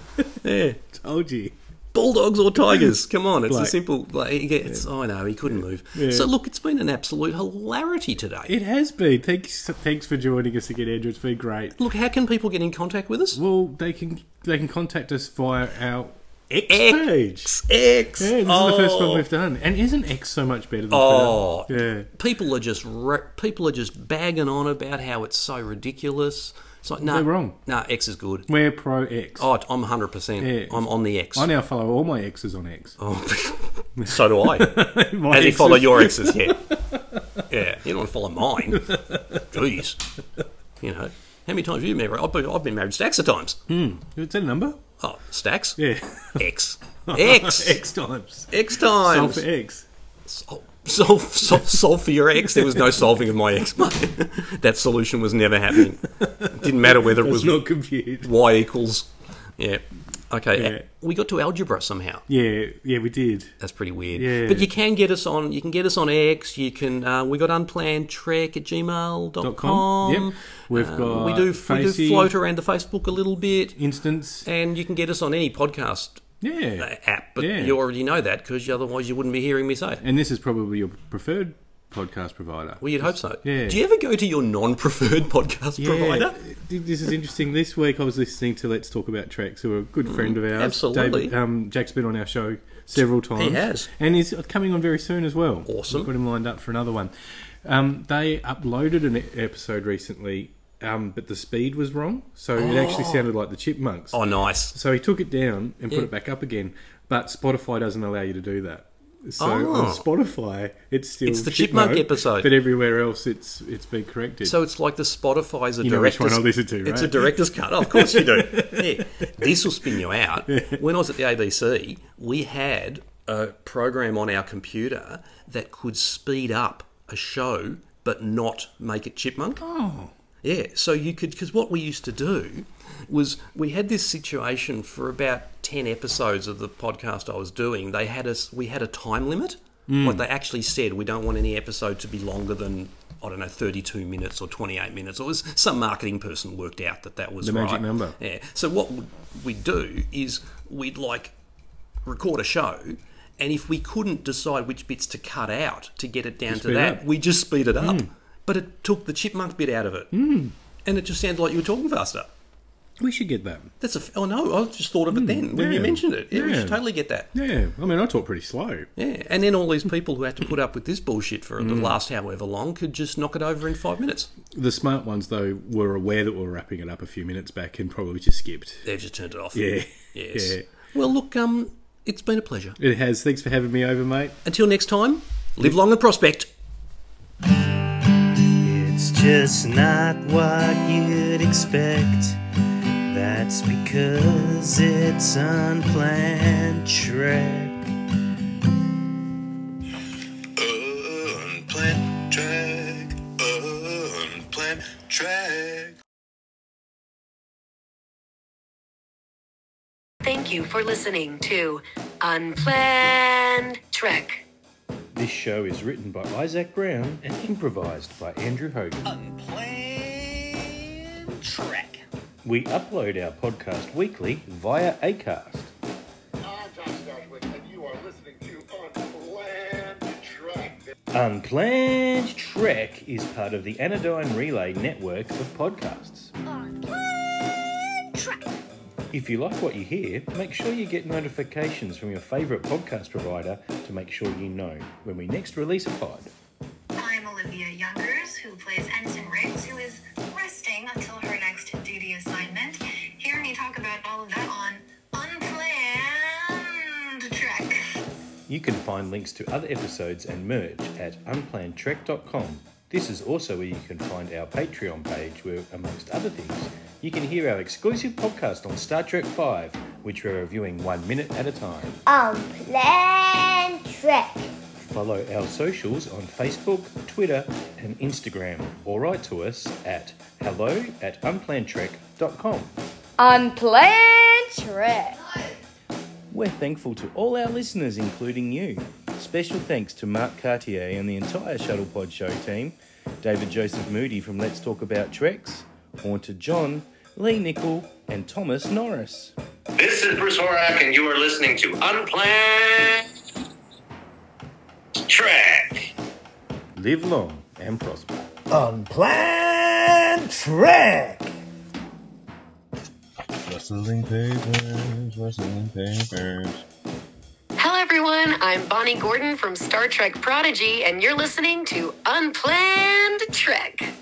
S3: Yeah.
S4: Told you.
S3: bulldogs or tigers. Come on, it's
S4: Like-
S3: a simple. Like, he gets, I know he couldn't move. So look, it's been an absolute hilarity today.
S4: It has been. Thanks, thanks for joining us again, Andrew. It's been great.
S3: look, how can people get in contact with us?
S4: Well, they can they can contact us via our
S3: X.
S4: X,
S3: Oh.
S4: page.
S3: X.
S4: Yeah, this is the first one we've done. And isn't X so much better than
S3: Oh.
S4: Twitter? Yeah.
S3: People are just re- people are just bagging on about how it's so ridiculous. It's like no,
S4: They're wrong.
S3: No, X is good.
S4: We're pro X.
S3: Oh, I'm 100. percent
S4: Yeah.
S3: I'm on the X.
S4: I now follow all my X's on X.
S3: Oh, so do I.
S4: My
S3: As you
S4: X's-
S3: follow your exes, yeah, yeah. You don't want to follow mine. Jeez, you know. How many times have you been married? I've been, I've been married stacks of times.
S4: Is that a number?
S3: Oh, stacks?
S4: Hmm. Yeah.
S3: X. X.
S4: X times.
S3: X
S4: Solve
S3: times.
S4: for X.
S3: Sol- sol- sol- solve for your ex. There was no solving of my ex, mate. That solution was never happening. It didn't matter whether it was
S4: Was not confused.
S3: y equals. Yeah. Okay. uh,
S4: Yeah.
S3: We got to algebra somehow.
S4: Yeah, yeah, we did.
S3: That's pretty weird.
S4: Yeah.
S3: But you can get us on. You can get us on X. You can. Uh, we got unplanned trek at gmail.com.
S4: Dot com. Yep. We've
S3: Um,
S4: got
S3: we do we do
S4: Facey.
S3: float around the Facebook a little bit,
S4: Instance.
S3: and you can get us on any podcast uh,
S4: Yeah.
S3: app. But
S4: Yeah.
S3: you already know that because otherwise you wouldn't be hearing me say it.
S4: And this is probably your preferred podcast provider.
S3: Well, you'd hope so.
S4: Yeah.
S3: Do you ever go to your non-preferred podcast provider?
S4: This is interesting. This week I was listening to Let's Talk About Tracks, who are a good friend of ours.
S3: Mm, absolutely.
S4: David, um, Jack's been on our show several times.
S3: has.
S4: And he's coming on very soon as well.
S3: Awesome.
S4: We've got him lined up for another one. Um, they uploaded an e- episode recently, um, but the speed was wrong. So it actually sounded like the Chipmunks.
S3: Oh, nice.
S4: So he took it down and put
S3: Yeah.
S4: it back up again. But Spotify doesn't allow you to do that. So
S3: Oh.
S4: on Spotify, it's still
S3: It's the Chipmunk episode.
S4: but everywhere else, it's it's been corrected.
S3: So it's like the Spotify's a
S4: You know which
S3: director's.
S4: one I listen to,
S3: It's
S4: right?
S3: a director's cut. Oh, of course you do. yeah. This will spin you out. When I was at the ABC, we had a program on our computer that could speed up a show but not make it chipmunk. Yeah, so you could, because what we used to do was we had this situation for about 10 episodes of the podcast I was doing. They had us, we had a time limit.
S4: Hmm.
S3: Like they actually said, we don't want any episode to be longer than, I don't know, 32 minutes or 28 minutes. Or it was some marketing person worked out that that was
S4: The magic
S3: right.
S4: number.
S3: Yeah. So what would we do is we'd like record a show. And if we couldn't decide which bits to cut out to get it down to
S4: speed it
S3: that,
S4: up. Hmm.
S3: we just speed it up. But it took the chipmunk bit out of it. And it just sounded like you were talking faster.
S4: we should get that.
S3: That's a. f- Oh no, I just thought of it then when you
S4: Hmm. yeah.
S3: mentioned it. Yeah, we
S4: Yeah.
S3: should totally get that.
S4: Yeah, I mean, I talk pretty slow.
S3: Yeah, and then all these people who had to put up with this bullshit for
S4: Hmm.
S3: the last however long could just knock it over in five minutes.
S4: The smart ones, though, were aware that we were wrapping it up a few minutes back and probably just skipped.
S3: They've just turned it off.
S4: Yeah.
S3: Yes.
S4: Yeah.
S3: Well, look, um, it's been a pleasure.
S4: It has. Thanks for having me over, mate.
S3: Until next time, live long and prospect.
S10: It's just not what you'd expect. That's because it's unplanned trek.
S2: Unplanned track. Unplanned track.
S1: Thank you for listening to Unplanned Trek.
S5: This show is written by Isaac Brown and improvised by Andrew Hogan.
S11: Unplanned Trek.
S5: We upload our podcast weekly via Acast.
S11: I'm Josh Dashwick, and you are listening to Unplanned Trek.
S5: Unplanned Trek is part of the Anodyne Relay network of podcasts.
S11: Unplanned Trek.
S5: If you like what you hear, make sure you get notifications from your favourite podcast provider to make sure you know when we next release a pod.
S11: I'm Olivia Youngers, who plays Ensign Riggs, who is resting until her next duty assignment. Hear me talk about all of that on Unplanned Trek.
S5: You can find links to other episodes and merch at unplannedtrek.com. This is also where you can find our Patreon page, where, amongst other things, you can hear our exclusive podcast on Star Trek V, which we're reviewing one minute at a time.
S11: Unplanned Trek.
S5: Follow our socials on Facebook, Twitter, and Instagram, or write to us at hello at unplannedtrek.com.
S11: Unplanned Trek.
S5: We're thankful to all our listeners, including you. Special thanks to Mark Cartier and the entire Shuttlepod Show team, David Joseph Moody from Let's Talk About Treks, Haunted John, Lee Nichol, and Thomas Norris.
S2: This is Bruce Horak, and you are listening to Unplanned Track.
S5: Live long and prosper.
S10: Unplanned trek!
S7: Rustling papers, rustling papers.
S1: Hello, everyone. I'm Bonnie Gordon from Star Trek Prodigy, and you're listening to Unplanned Trek.